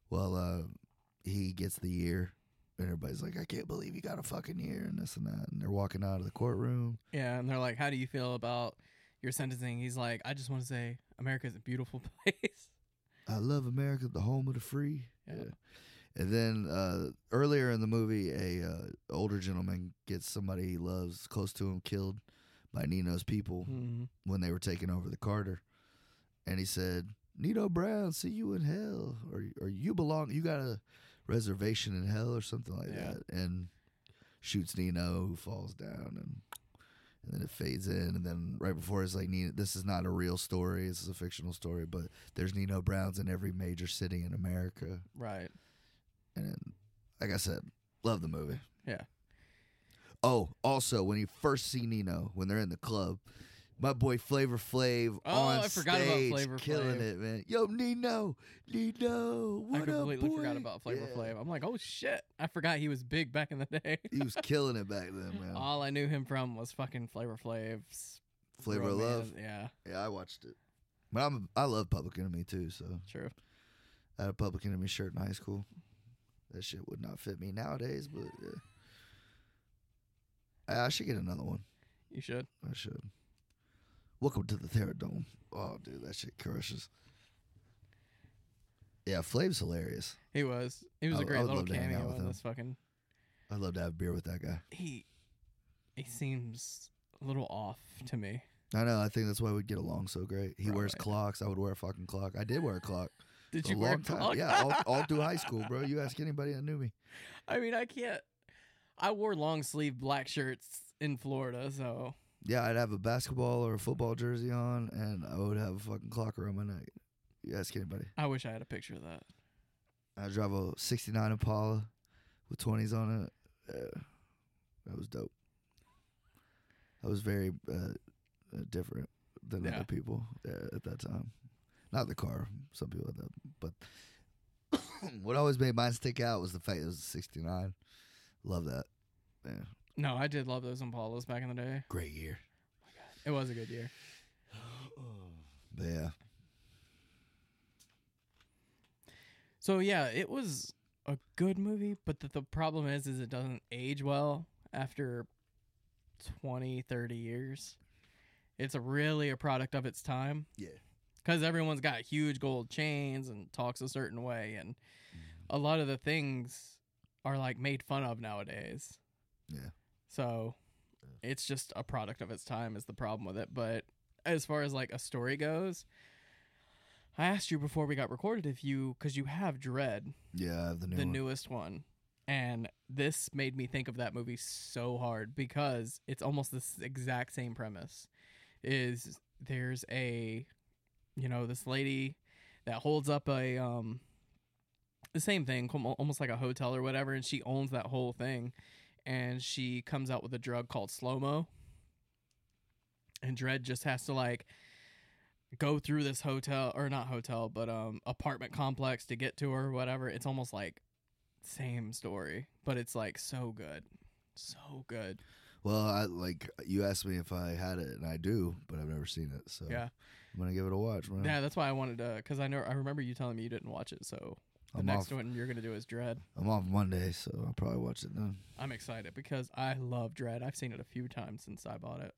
S3: Well, uh, he gets the year, and everybody's like, I can't believe he got a fucking year, and this and that. And they're walking out of the courtroom.
S2: Yeah, and they're like, "How do you feel about your sentencing?" He's like, "I just want to say America's a beautiful place."
S3: I love America, the home of the free.
S2: Yeah.
S3: And then uh, earlier in the movie, a uh, older gentleman gets somebody he loves close to him killed by Nino's people
S2: Mhm.
S3: when they were taking over the Carter, and he said, "Nino Brown, see you in hell, or or you belong. You got a reservation in hell, or something like
S2: Yeah.
S3: that." And shoots Nino, who falls down, and and then it fades in, and then right before it's like, "Nino, this is not a real story. This is a fictional story, but there's Nino Browns in every major city in America."
S2: Right.
S3: And like I said, love the movie.
S2: Yeah.
S3: Oh, also when you first see Nino when they're in the club, my boy Flavor Flav
S2: Oh,
S3: on
S2: I forgot about
S3: stage
S2: Flavor
S3: killing
S2: Flav.
S3: it, man. Yo, Nino, Nino, what
S2: I completely
S3: up, boy?
S2: forgot about Flavor
S3: Yeah.
S2: Flav. I'm like, "Oh shit, I forgot he was big back in the day."
S3: He was killing it back then, man.
S2: All I knew him from was fucking Flavor Flav's
S3: Flavor of Love.
S2: romance. Yeah,
S3: Yeah, I watched it. But I'm I love Public Enemy too, so
S2: true.
S3: I had a Public Enemy shirt in high school. That shit would not fit me nowadays, but yeah. I I should get another one.
S2: You should.
S3: I should. Welcome to the Therodome. Oh, dude, that shit crushes. Yeah, Flav's hilarious.
S2: He was. He was
S3: I-
S2: a
S3: I
S2: great
S3: would
S2: little
S3: love to hang out
S2: cameo
S3: with
S2: in
S3: him.
S2: this fucking.
S3: I'd love to have beer with that guy.
S2: He, he seems a little off to me.
S3: I know. I think that's why we'd get along so great. He wears
S2: Right.
S3: clocks. I would wear a fucking clock. I did wear a clock.
S2: Did
S3: for
S2: you
S3: a
S2: wear
S3: long
S2: a
S3: time.
S2: clock?
S3: Yeah, all, all through high school, bro. You ask anybody that knew me.
S2: I mean, I can't. I wore long sleeve black shirts in Florida, so
S3: Yeah, I'd have a basketball or a football jersey on, and I would have a fucking clock around my neck. You ask anybody.
S2: I wish I had a picture of that.
S3: I drive a '69 Impala with 20s on it. Uh, that was dope. I was very uh, uh, different than
S2: Yeah.
S3: other people uh, at that time. Not the car. Some people at that, but what always made mine stick out was the fact it was a '69. Love that. Yeah.
S2: No, I did love those Impalas back in the day.
S3: Great year.
S2: It was a good year.
S3: But yeah,
S2: So yeah, it was a good movie, but the, the problem is, is it doesn't age well after 20, 30 years. It's a really a product of its time.
S3: Yeah.
S2: Because everyone's got huge gold chains and talks a certain way, and a lot of the things are like made fun of nowadays.
S3: Yeah.
S2: So it's just a product of its time is the problem with it. But as far as like a story goes, I asked you before we got recorded if you because you have Dread,
S3: yeah. I have the new
S2: the
S3: one.
S2: newest one. And this made me think of that movie so hard because it's almost this exact same premise. Is there's a you know, this lady that holds up a um the same thing, com- almost like a hotel or whatever, and she owns that whole thing. And she comes out with a drug called slow mo. And Dread just has to like go through this hotel or not hotel, but um apartment complex to get to her, whatever. It's almost like same story, but it's like so good. So good.
S3: Well, I like you asked me if I had it, and I do, but I've never seen it. So
S2: Yeah.
S3: I'm gonna give it a watch, man.
S2: Yeah, that's why I wanted to cuz I know I remember you telling me you didn't watch it, so the
S3: I'm
S2: next
S3: off.
S2: one you're going to do is Dread.
S3: I'm off Monday, so I'll probably watch it then.
S2: I'm excited because I love Dread. I've seen it a few times since I bought it,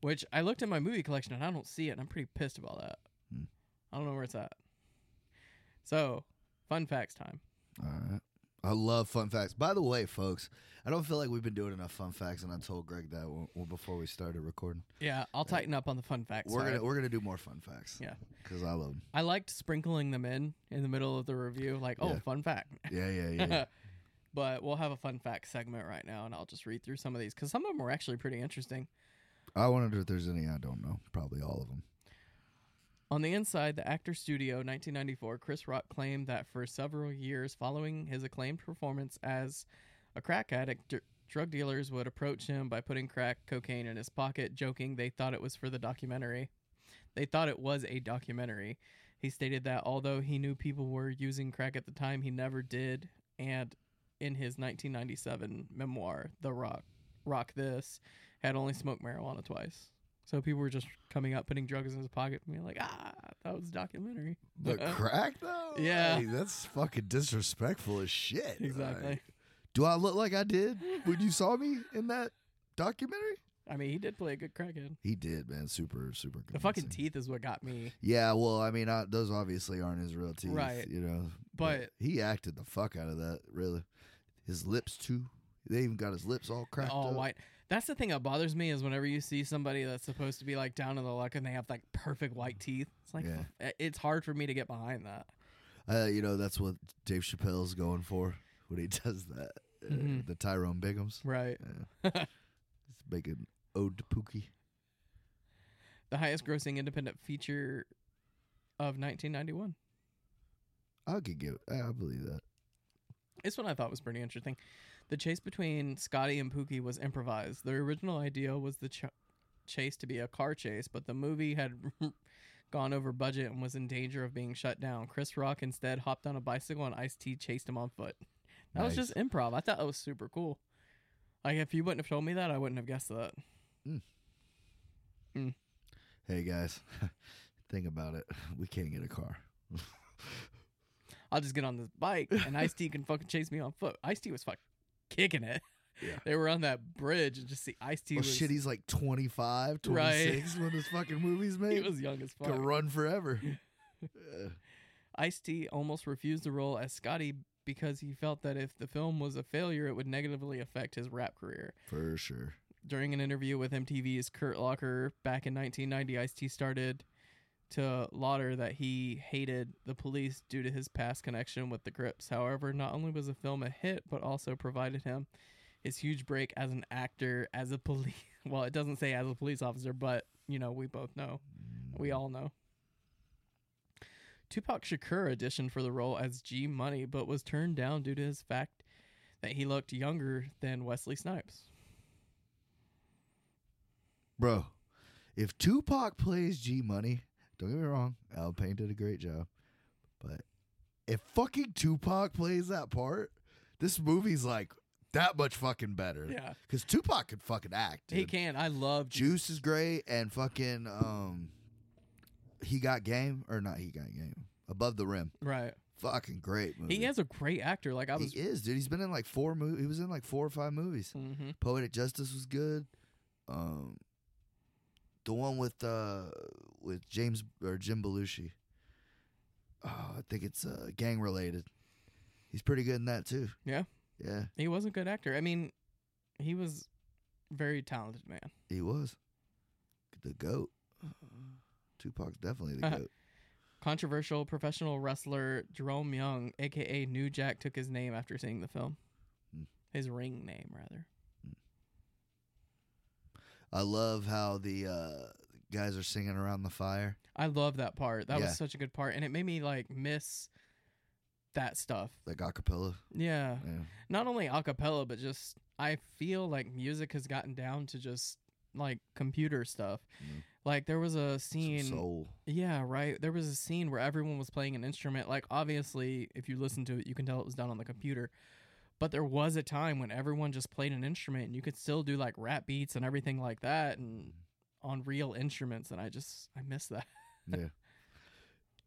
S2: which I looked in my movie collection and I don't see it, and I'm pretty pissed about that.
S3: Hmm.
S2: I don't know where it's at. So, fun facts time.
S3: All right. I love fun facts. By the way, folks, I don't feel like we've been doing enough fun facts, and I told Greg that w- w- before we started recording.
S2: Yeah, I'll tighten up on the fun facts.
S3: we're
S2: side.
S3: gonna we're gonna do more fun facts.
S2: Yeah.
S3: because I love them.
S2: I liked sprinkling them in in the middle of the review, like, oh,
S3: Yeah.
S2: fun fact.
S3: Yeah, yeah, yeah.
S2: But we'll have a fun fact segment right now, and I'll just read through some of these because some of them are actually pretty interesting.
S3: I wonder if there's any I don't know. Probably all of them.
S2: On the inside, the Actor Studio 1994, Chris Rock claimed that for several years following his acclaimed performance as a crack addict, dr- drug dealers would approach him by putting crack cocaine in his pocket, joking they thought it was for the documentary. They thought it was a documentary. He stated that although he knew people were using crack at the time, he never did. And in his 1997 memoir, The Rock, Rock This, had only smoked marijuana twice. So people were just coming up, putting drugs in his pocket, and being like, "Ah, that was a documentary."
S3: But crack though?
S2: Yeah.
S3: Like, that's fucking disrespectful as shit.
S2: exactly.
S3: Like, do I look like I did when you saw me in that documentary?
S2: I mean, he did play a good crackhead.
S3: He did, man. Super, super good.
S2: The fucking teeth is what got me.
S3: Yeah, well, I mean, I, those obviously aren't his real teeth,
S2: Right.
S3: you know.
S2: But
S3: he acted the fuck out of that, really. His lips too. They even got his lips all cracked
S2: all
S3: up.
S2: white. That's the thing that bothers me is whenever you see somebody that's supposed to be like down in the luck and they have like perfect white teeth. It's like
S3: Yeah.
S2: f- it's hard for me to get behind that.
S3: Uh, you know, that's what Dave Chappelle's going for when he does that. Uh,
S2: Mhm.
S3: The Tyrone Biggums.
S2: Right.
S3: Yeah. He's making ode to Pookie.
S2: The highest grossing independent feature of 1991.
S3: I could give. I believe that.
S2: This one I thought was pretty interesting. The chase between Scotty and Pookie was improvised. Their original idea was the ch- chase to be a car chase, but the movie had gone over budget and was in danger of being shut down. Chris Rock instead hopped on a bicycle and Ice T chased him on foot. That was
S3: Nice.
S2: just improv. I thought that was super cool. Like if you wouldn't have told me that, I wouldn't have guessed that.
S3: Hey guys, think about it. We can't get a car.
S2: I'll just get on this bike and Ice T can fucking chase me on foot. Ice T was fucking kicking it.
S3: Yeah.
S2: They were on that bridge and just see Ice T
S3: Well,
S2: was
S3: Oh, shit, he's like 25,
S2: Right.
S3: 26 when this fucking movie's made.
S2: he was young as fuck.
S3: Could run forever. Yeah.
S2: Ice T almost refused the role as Scotty because he felt that if the film was a failure, it would negatively affect his rap career.
S3: for sure.
S2: During an interview with MTV's Kurt Locker back in 1990, Ice T started to lauder that he hated the police due to his past connection with the Crips. However, not only was the film a hit, but also provided him his huge break as an actor, as a police. Well, it doesn't say as a police officer, but you know, we both know. We all know. Tupac Shakur auditioned for the role as G Money, but was turned down due to his fact that he looked younger than Wesley Snipes.
S3: Bro, if Tupac plays G Money, don't get me wrong, Al Payne did a great job. But if fucking Tupac plays that part, this movie's like that much fucking better.
S2: Yeah,
S3: Because Tupac could fucking act.
S2: he
S3: dude.
S2: can. I love Ju-
S3: Juice is great, and fucking um, he got game or not? He got game. Above the rim,
S2: right.
S3: fucking great movie.
S2: He is a great actor. Like I was.
S3: he is, dude. He's been in like four movies. He was in like four or five movies.
S2: Mhm.
S3: Poetic Justice was good. Um, the one with uh with James or Jim Belushi. Oh, I think it's uh, gang related. He's pretty good in that too.
S2: Yeah.
S3: Yeah,
S2: He was a good actor. I mean, he was very talented man.
S3: he was the goat. Tupac's definitely the goat.
S2: Controversial professional wrestler Jerome Young, aka New Jack, took his name after seeing the film.
S3: Hmm.
S2: His ring name, rather.
S3: I love how the uh, guys are singing around the fire.
S2: I love that part. That
S3: Yeah.
S2: was such a good part, and it made me like miss that stuff.
S3: like acapella.
S2: Yeah,
S3: Yeah.
S2: not only a cappella, but just I feel like music has gotten down to just like computer stuff.
S3: Mhm.
S2: Like there was a
S3: Some
S2: scene.
S3: soul.
S2: Yeah, right. There was a scene where everyone was playing an instrument. Like, obviously, if you listen to it, you can tell it was done on the computer. But there was a time when everyone just played an instrument and you could still do like rap beats and everything like that and on real instruments. And I just, I miss that.
S3: Yeah.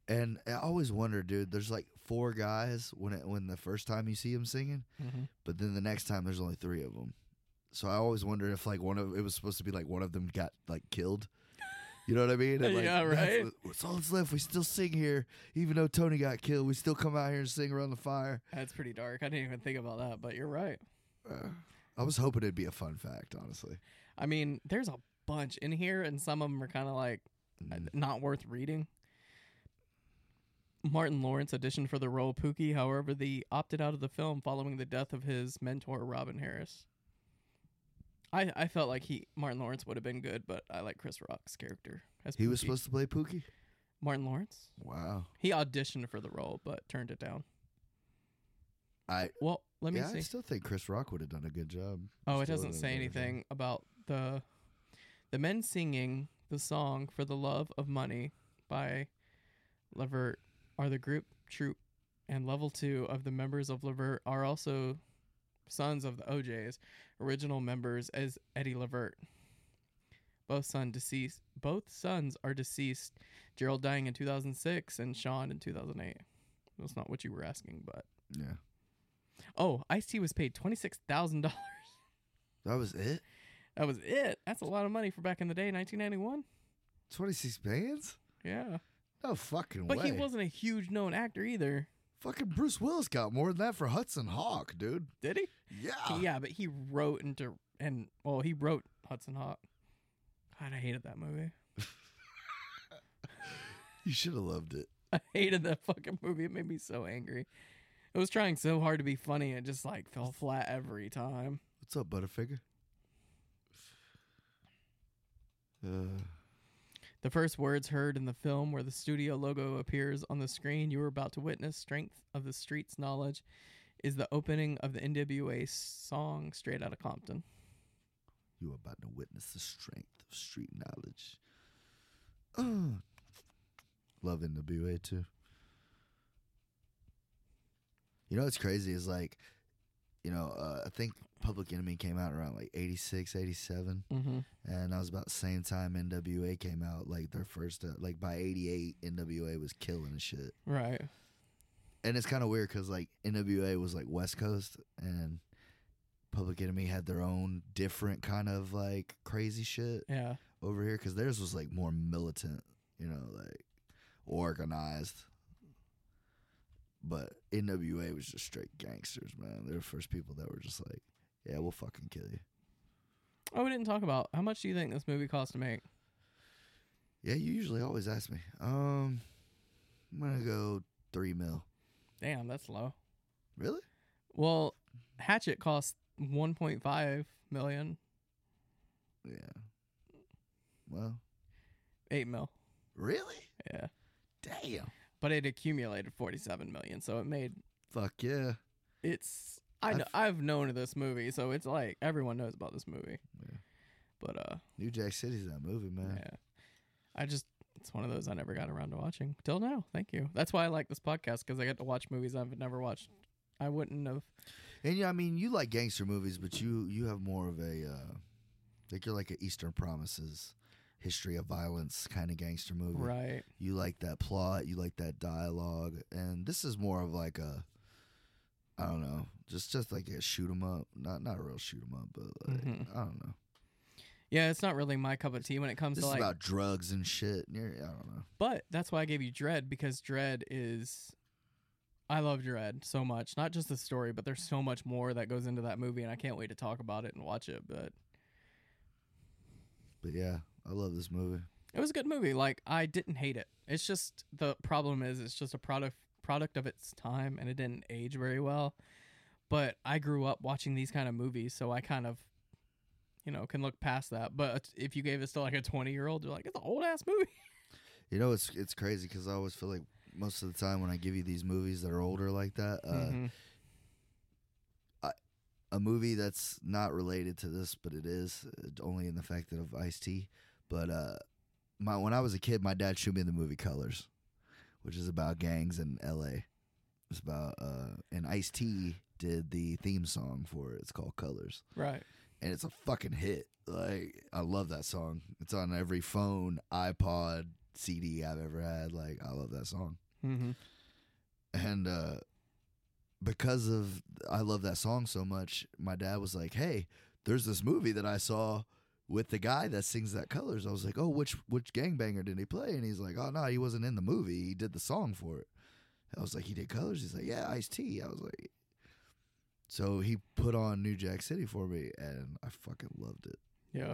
S3: And I always wonder, dude. There's like four guys when it, when the first time you see them singing, but then the next time there's only three of them. So I always wonder if like one of it was supposed to be like one of them got like killed. You know what I mean? like,
S2: Yeah,
S3: that's-
S2: right.
S3: What's all that's left? We still sing here, even though Tony got killed. We still come out here and sing around the fire.
S2: That's pretty dark. I didn't even think about that, but you're right.
S3: Uh, I was hoping it'd be a fun fact, honestly.
S2: I mean, there's a bunch in here and some of them are kind of like
S3: Mm.
S2: not worth reading. Martin Lawrence auditioned for the role of Pookie, however, they opted out of the film following the death of his mentor Robin Harris. I I felt like he Martin Lawrence would have been good, but I like Chris Rock's character as
S3: He was
S2: Pookie.
S3: supposed to play Pookie.
S2: Martin Lawrence.
S3: Wow.
S2: He auditioned for the role but turned it down.
S3: I
S2: Well, let me
S3: yeah,
S2: see.
S3: I still think Chris Rock would have done a good job.
S2: Oh, it
S3: Still
S2: doesn't
S3: done a
S2: say
S3: better job.
S2: anything about the the men singing the song for the love of money by Levert are the group troop and level two of the members of Levert are also sons of the OJ's original members as Eddie Levert. Both son deceased both sons are deceased, Gerald dying in two thousand six and Sean in two thousand eight. That's not what you were asking, but
S3: Yeah.
S2: oh, Ice T was paid twenty six thousand dollars.
S3: That was it?
S2: That was it. That's a lot of money for back in the day, 1991.
S3: 26 bands?
S2: Yeah.
S3: No fucking
S2: But
S3: way.
S2: he wasn't a huge known actor either,
S3: Fucking Bruce Willis got more than that for Hudson Hawk, dude.
S2: did he?
S3: Yeah.
S2: Yeah, but he wrote and dir- and well, he wrote Hudson Hawk. God, I hated that movie.
S3: You should have loved it.
S2: I hated that fucking movie. It made me so angry. It was trying so hard to be funny, it just like fell flat every time.
S3: What's up, Butterfinger? Uh,
S2: The first words heard in the film where the studio logo appears on the screen you are about to witness, Strength of the Street's Knowledge, is the opening of the NWA song Straight Outta Compton.
S3: you are about to witness the strength of street knowledge. Uh, love NWA too. You know what's crazy is like, you know, uh, I think Public Enemy came out around like 86, 87.
S2: Mm-hmm.
S3: And that was about the same time NWA came out. Like their first, uh, like by 88, NWA was killing shit.
S2: Right.
S3: And it's kind of weird because like NWA was like West Coast and Public Enemy had their own different kind of like crazy shit
S2: Yeah.
S3: over here because theirs was like more militant, you know, like organized. But NWA was just straight gangsters, man. They were the first people that were just like, yeah, we'll fucking kill you.
S2: Oh, we didn't talk about how much do you think this movie cost to make?
S3: Yeah, you usually always ask me. Um, I'm gonna go three mil.
S2: Damn, that's low.
S3: Really?
S2: Well, Hatchet cost 1.5 million,
S3: Yeah. Well,
S2: 8 mil.
S3: really?
S2: Yeah.
S3: Damn.
S2: But it accumulated 47 million, so it made
S3: Fuck yeah.
S2: it's I
S3: I've-
S2: know, I've known of this movie, so it's like everyone knows about this movie.
S3: Yeah.
S2: But uh
S3: New Jack City's that movie, man.
S2: yeah. I just it's one of those I never got around to watching till now. Thank you. That's why I like this podcast cuz I get to watch movies I've never watched. I wouldn't have
S3: And yeah, I mean, you like gangster movies, but you you have more of a uh, like you're like an Eastern Promises history of violence kind of gangster movie.
S2: right.
S3: You like that plot, you like that dialogue, and this is more of like a I don't know, just just like a shoot 'em up, not not a real shoot 'em up, but like,
S2: Mhm.
S3: I don't know.
S2: Yeah, it's not really my cup of tea when it comes
S3: This
S2: to
S3: is
S2: like
S3: about drugs and shit. and you're- I don't know.
S2: But that's why I gave you Dread because Dread is I love Dread so much. Not just the story, but there's so much more that goes into that movie and I can't wait to talk about it and watch it, but
S3: But yeah, I love this movie.
S2: it was a good movie. Like I didn't hate it. It's just the problem is it's just a product product of its time and it didn't age very well. But I grew up watching these kind of movies, so I kind of you know, can look past that. But if you gave this to like a 20 year old, they're like, it's an old ass movie.
S3: You know, it's it's crazy because I always feel like most of the time when I give you these movies that are older like that, uh,
S2: Mhm.
S3: a movie that's not related to this, but it is uh, only in the fact that of Ice T. But uh, my when I was a kid, my dad showed me the movie Colors, which is about gangs in L.A. It's about uh, and Ice T did the theme song for it. It's called Colors,
S2: Right.
S3: and it's a fucking hit. Like I love that song. It's on every phone, iPod, CD I've ever had. Like I love that song
S2: Mm-hmm.
S3: and uh because of I love that song so much, my dad was like, "Hey, there's this movie that I saw with the guy that sings that colors." I was like, "Oh, which which gangbanger did he play?" And he's like, "Oh no, he wasn't in the movie. He did the song for it." I was like, "He did colors." He's like, "Yeah, Ice T." I was like, "So he put on New Jack City for me, and I fucking loved it,
S2: Yeah.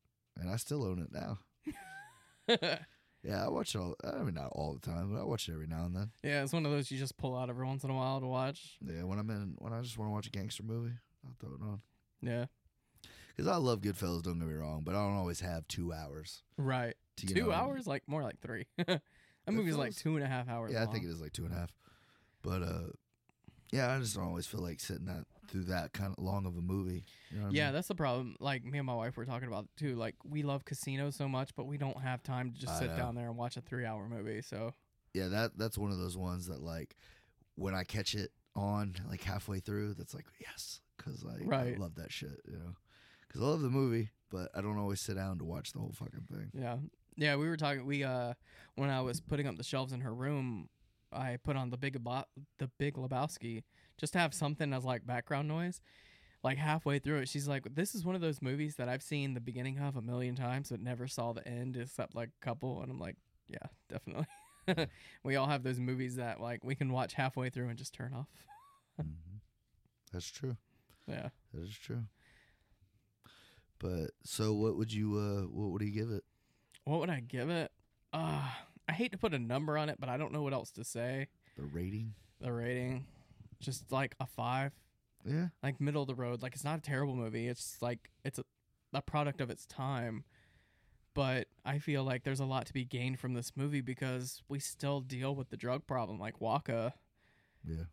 S3: and I still own it now." Yeah, I watch it all. I mean, not all the time, but I watch it every now and then.
S2: Yeah, it's one of those you just pull out every once in a while to watch.
S3: Yeah, when I'm in, when I just want to watch a gangster movie, I'll throw it on.
S2: Yeah.
S3: Because I love Goodfellas, don't get me wrong, but I don't always have two hours.
S2: Right.
S3: To, you
S2: two
S3: know,
S2: hours? Like more like three. that movie's like
S3: feels-
S2: two and a half hours.
S3: Yeah, I think
S2: long.
S3: it is like two and a half. But uh, yeah, I just don't always feel like sitting that through that kind of long of a movie. You know what I
S2: Yeah,
S3: mean?
S2: that's the problem. Like me and my wife were talking about it too. Like we love Casino so much, but we don't have time to just
S3: I
S2: sit
S3: know.
S2: down there and watch a three-hour movie. So
S3: yeah, that that's one of those ones that like when I catch it on like halfway through, that's like yes, because like
S2: Right.
S3: I love that shit, you know. Because I love the movie, but I don't always sit down to watch the whole fucking thing.
S2: yeah, yeah. We were talking. We uh, when I was putting up the shelves in her room, I put on the big Abo- the Big Lebowski just to have something as like background noise. Like halfway through it, she's like, "This is one of those movies that I've seen the beginning of a million times, but never saw the end except like a couple." And I'm like, "Yeah, definitely." we all have those movies that like we can watch halfway through and just turn off.
S3: Mhm. That's true.
S2: Yeah.
S3: That is true. But so, what would you? uh What would you give it?
S2: What would I give it? Uh, I hate to put a number on it, but I don't know what else to say.
S3: The rating?
S2: The rating, just like a five,
S3: Yeah.
S2: like middle of the road. Like it's not a terrible movie. It's just, like it's a, a product of its time. But I feel like there's a lot to be gained from this movie because we still deal with the drug problem, like Waka
S3: Yeah.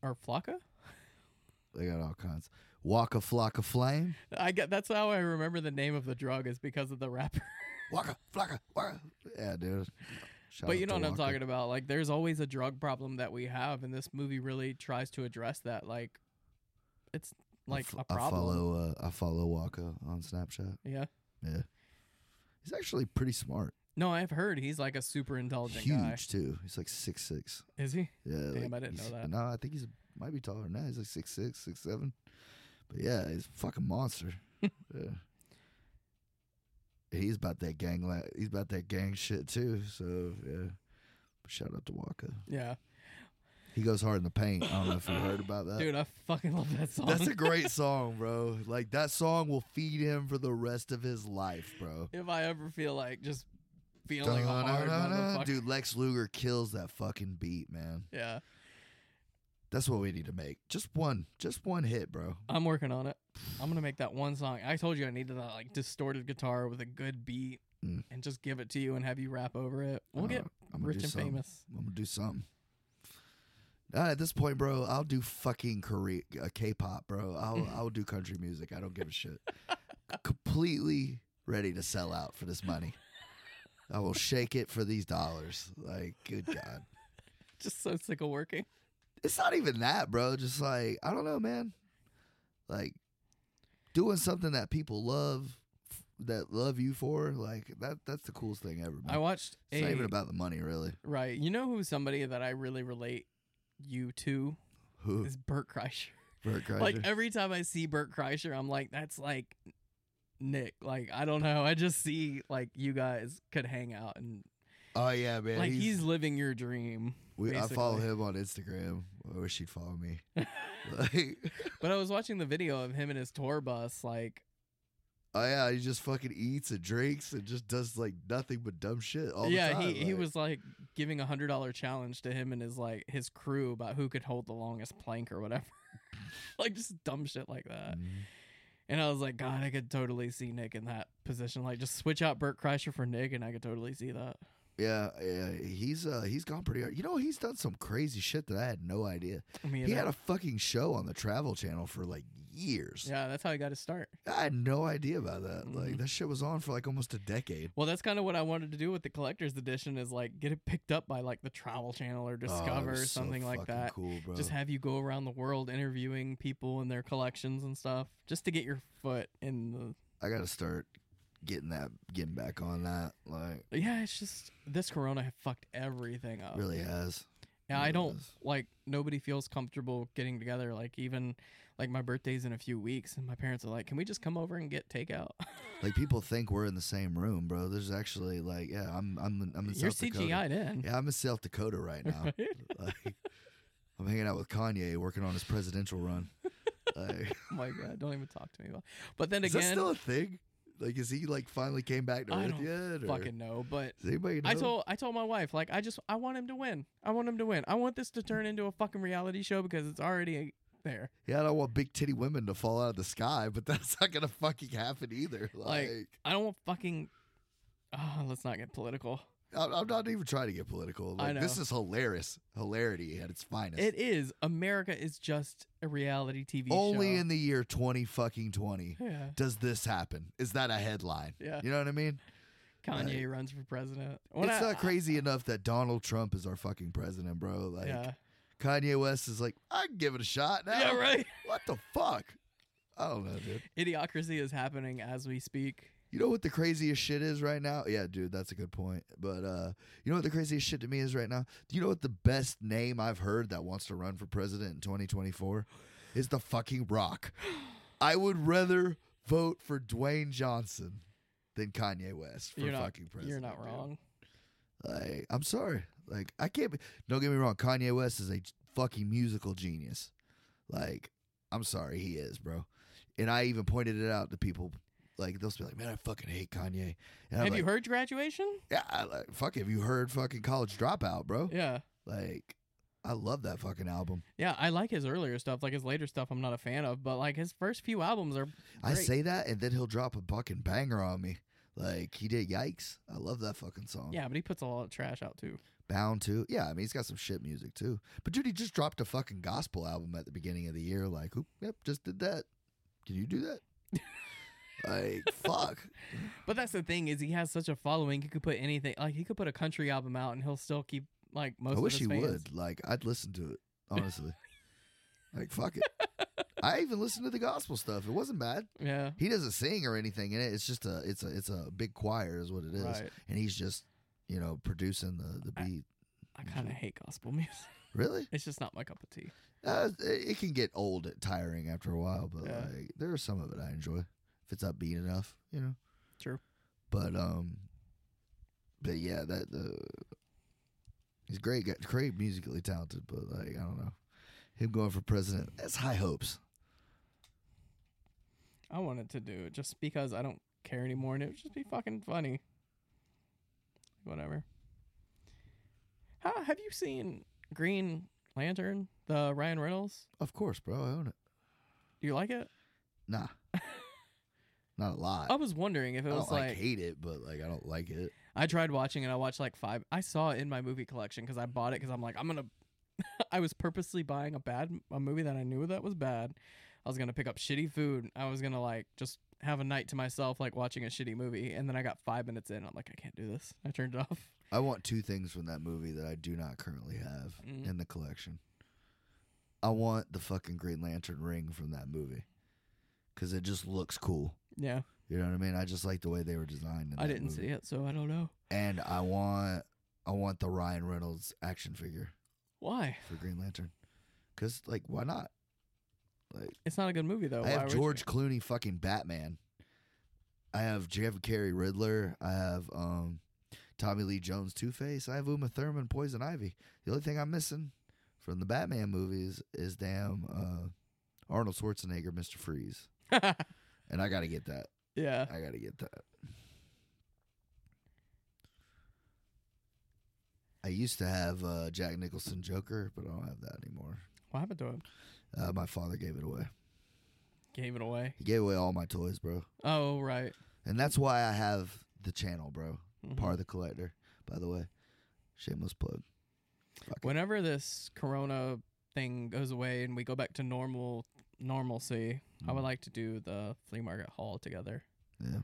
S2: or Flocka.
S3: They got all kinds. Waka Flocka Flame.
S2: I get that's how I remember the name of the drug is because of the rapper.
S3: Waka Flocka Waka. Yeah, dude. Shout
S2: but
S3: out
S2: you know
S3: to
S2: what I'm
S3: Waka.
S2: talking about. Like, there's always a drug problem that we have, and this movie really tries to address that. Like, it's
S3: I
S2: like
S3: f-
S2: a problem.
S3: I follow. Uh, I follow Waka on Snapchat.
S2: Yeah.
S3: He's actually pretty smart.
S2: No, I've heard he's like a super intelligent
S3: Huge
S2: guy.
S3: too. He's like six six.
S2: Is he?
S3: Yeah.
S2: Damn,
S3: like,
S2: I didn't know
S3: he's-
S2: that.
S3: No, I think he's might be taller than that. He's like six six, six seven. But yeah, he's a fucking monster. yeah. He's about that gang. La- he's about that gang shit too. So yeah. Shout out to Waka.
S2: Yeah.
S3: He goes hard in the paint. I don't know if you heard about that.
S2: Dude, I fucking love that song.
S3: Uh, That's a great song, bro. Like that song will feed him for the rest of his life, bro.
S2: if I ever feel like just feeling like a hard
S3: Dun-dun-dun-dun.
S2: motherfucker.
S3: Dude, Lex Luger kills that fucking beat, man.
S2: Yeah.
S3: That's what we need to make. Just one, just one hit, bro.
S2: I'm working on it. I'm gonna make that one song. I told you I needed that like distorted guitar with a good beat
S3: Mm.
S2: and just give it to you and have you rap over it. We'll
S3: Uh,
S2: get
S3: I'm gonna
S2: rich
S3: do
S2: and
S3: something.
S2: famous.
S3: I'm gonna do something. Nah, at this point, bro, I'll do fucking Korea, uh, K-pop, bro. I'll I'll do country music. I don't give a shit. Completely ready to sell out for this money. I will shake it for these dollars. Like, good God.
S2: Just so sick of working.
S3: it's not even that, bro. Just like I don't know, man. Like doing something that people love, f- that love you for, like that. That's the coolest thing ever, man.
S2: I watched
S3: it's not
S2: a-
S3: even about the money, really.
S2: Right. You know who's somebody that I really relate you to
S3: Who?
S2: is Burt Kreischer.
S3: Bert Kreischer.
S2: Like every time I see Burt Kreischer, I'm like, that's like Nick. Like I don't know. I just see like you guys could hang out and
S3: oh yeah, man.
S2: like he's, living your dream.
S3: we, I follow
S2: basically.
S3: him on Instagram. I wish he'd follow me. like,
S2: But I was watching the video of him and his tour bus. Like
S3: oh yeah, he just fucking eats and drinks and just does like nothing but dumb shit all
S2: yeah,
S3: the time.
S2: he he
S3: like-
S2: was like giving a hundred dollar challenge to him and his like his crew about who could hold the longest plank or whatever. like just dumb shit like that.
S3: Mhm.
S2: And I was like, God, I could totally see Nick in that position. Like, just switch out Burt Kreischer for Nick, and I could totally see that.
S3: Yeah, yeah, he's uh he's gone pretty. hard. You know, he's done some crazy shit that I had no idea.
S2: I mean,
S3: He
S2: that-
S3: had a fucking show on the Travel Channel for like years.
S2: yeah, that's how he got his start.
S3: I had no idea about that.
S2: Mhm.
S3: Like that shit was on for like almost a decade.
S2: Well, that's kind of what I wanted to do with the collector's edition is like get it picked up by like the Travel Channel or
S3: Oh, it
S2: Discover or
S3: was so
S2: something like
S3: fucking
S2: that.
S3: Cool, bro.
S2: Just have you go around the world interviewing people and their collections and stuff, just to get your foot in
S3: I gotta start getting that, getting back on that. Like,
S2: the. Yeah, it's just this Corona fucked everything up.
S3: really has.
S2: Oh, Yeah, I
S3: Really
S2: don't
S3: is.
S2: like nobody feels comfortable getting together. Like even like my birthday's in a few weeks, and my parents are like, "Can we just come over and get takeout?"
S3: Like people think we're in the same room, bro. There's actually like, yeah, I'm, I'm, in- I'm in
S2: You're
S3: South Dakota.
S2: CGI'd in.
S3: Yeah, I'm in South Dakota right now.
S2: Right?
S3: like, I'm hanging out with Kanye, working on his presidential run. Like,
S2: Oh my god, don't even talk to me about. But then
S3: is that
S2: again,
S3: still a thing? Like, is he like finally came back to
S2: I
S3: Earth
S2: don't
S3: yet? Or
S2: Fucking no, but
S3: does anybody know?
S2: I told I told my wife like I just I want him to win. I want him to win. I want this to turn into a fucking reality show because it's already there.
S3: yeah, I don't want big titty women to fall out of the sky, but that's not gonna fucking happen either.
S2: Like-
S3: Like,
S2: I don't want fucking. Oh, let's not get political.
S3: I'm, I'm not even trying to get political.
S2: I
S3: Like, This
S2: know.
S3: is hilarious, hilarity at its finest.
S2: It is America is just a reality TV
S3: Only
S2: show.
S3: in the year twenty fucking twenty
S2: yeah.
S3: does this happen. Is that a headline?
S2: Yeah.
S3: You know what I mean?
S2: Kanye runs for president. When
S3: it's
S2: I-
S3: not crazy enough that Donald Trump is our fucking president, bro. Like
S2: yeah.
S3: Kanye West is like, I can give it a shot now.
S2: Yeah. Right.
S3: What the fuck? I don't know, dude.
S2: Idiocracy is happening as we speak.
S3: You know what the craziest shit is right now? Yeah, dude, that's a good point. But uh, you know what the craziest shit to me is right now? Do you know what the best name I've heard that wants to run for president in 2024 is? The fucking Rock. I would rather vote for Dwayne Johnson than Kanye West for
S2: You're not-
S3: fucking
S2: You're
S3: president.
S2: not
S3: dude.
S2: wrong.
S3: Like, I'm sorry. Like, I can't be. Don't get me wrong. Kanye West is a fucking musical genius. Like, I'm sorry, he is, bro. And I even pointed it out to people. Like, they'll be like, "Man, I fucking hate Kanye." And I'm
S2: Have
S3: like,
S2: you heard graduation?
S3: Yeah, I, like, fuck. Have you heard fucking College Dropout, bro?
S2: Yeah.
S3: Like, I love that fucking album.
S2: Yeah, I like his earlier stuff. Like his later stuff, I'm not a fan of. But like his first few albums are.
S3: I
S2: Great.
S3: say that, and then he'll drop a fucking banger on me. Like he did, yikes! I love that fucking song.
S2: Yeah, but he puts a lot of trash out too.
S3: Bound to. Yeah, I mean, he's got some shit music too. But dude, he just dropped a fucking gospel album at the beginning of the year. Like, oop, yep, just did that. Can you do that? like, fuck.
S2: But that's the thing is he has such a following. He could put anything. Like he could put a country album out and he'll still keep like most.
S3: I
S2: of
S3: wish
S2: his
S3: he
S2: fans.
S3: would. Like, I'd listen to it, honestly. like, fuck it. I even listened to the gospel stuff. It wasn't bad.
S2: Yeah.
S3: He doesn't sing or anything in it. It's just a it's a it's a big choir is what it is.
S2: Right.
S3: And he's just, you know, producing the, the
S2: I-
S3: beat.
S2: I kind of hate gospel music.
S3: really?
S2: It's just not my cup of tea.
S3: Uh, it it can get old, and tiring after a while, but
S2: Yeah.
S3: like there are some of it I enjoy if it's upbeat enough, you know.
S2: True.
S3: But um, but yeah, that the he's great, guy- great musically talented, but like I don't know, him going for president that's high hopes.
S2: I wanted to do it just because I don't care anymore, and it would just be fucking funny. Whatever. How, have you seen Green Lantern, the Ryan Reynolds?
S3: Of course, bro, I own it.
S2: Do you like it?
S3: Nah, not a lot.
S2: I was wondering if Oh, it
S3: I
S2: was
S3: don't like,
S2: like
S3: hate it, but like I don't like it.
S2: I tried watching it. I watched like five. I saw it in my movie collection because I bought it because I'm like I'm gonna. I was purposely buying a bad a movie that I knew that was bad. I was gonna pick up shitty food. I was gonna like just have a night to myself, like watching a shitty movie. And then I got five minutes in. I'm like, I can't do this. I turned it off.
S3: I want two things from that movie that I do not currently have
S2: Mm.
S3: in the collection. I want the fucking Green Lantern ring from that movie because it just looks cool.
S2: Yeah,
S3: You know what I mean? I just like the way they were designed. In
S2: I didn't see it, so I don't know
S3: And I want, I want the Ryan Reynolds action figure
S2: why.
S3: for Green Lantern. Cause like, why not? Like,
S2: It's not a good movie though.
S3: I
S2: Oh, Why
S3: have
S2: would
S3: George
S2: you-
S3: Clooney fucking Batman. I have Jeff Carey Riddler. I have um, Tommy Lee Jones Two Face. I have Uma Thurman Poison Ivy. The only thing I'm missing from the Batman movies is damn uh, Arnold Schwarzenegger Mr. Freeze. And I gotta get that.
S2: yeah,
S3: I gotta get that. I used to have uh, Jack Nicholson Joker, but I don't have that anymore.
S2: what happened to him?
S3: Uh, my father gave it away.
S2: Gave it away.
S3: He gave away all my toys, bro.
S2: Oh right.
S3: And that's why I have the channel, bro.
S2: Mhm.
S3: Part of the collector, by the way. Shameless plug.
S2: whenever this corona thing goes away and we go back to normal normalcy i
S3: Mm.
S2: would like to do the flea market haul together
S3: Yeah.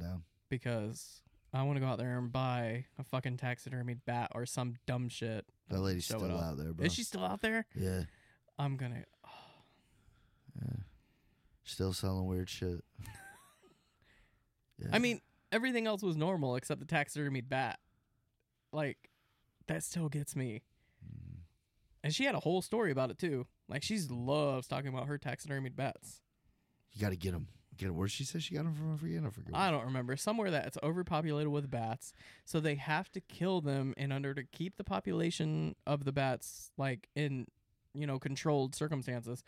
S3: No.
S2: because i want to go out there and buy a fucking taxidermied bat or some dumb shit
S3: That lady's
S2: Show it
S3: still
S2: off.
S3: out there, bro.
S2: is she still out there
S3: yeah.
S2: i'm gonna
S3: Still selling weird shit. Yeah.
S2: i mean everything else was normal except the taxidermied bat like that still gets me
S3: Mm.
S2: and she had a whole story about it too like she's loves talking about her taxidermied bats
S3: you got to get them. Get 'em. Where she says she got them from? I forget. I forget.
S2: I don't remember. Somewhere that it's overpopulated with bats, so they have to kill them in order to keep the population of the bats like in you know controlled circumstances.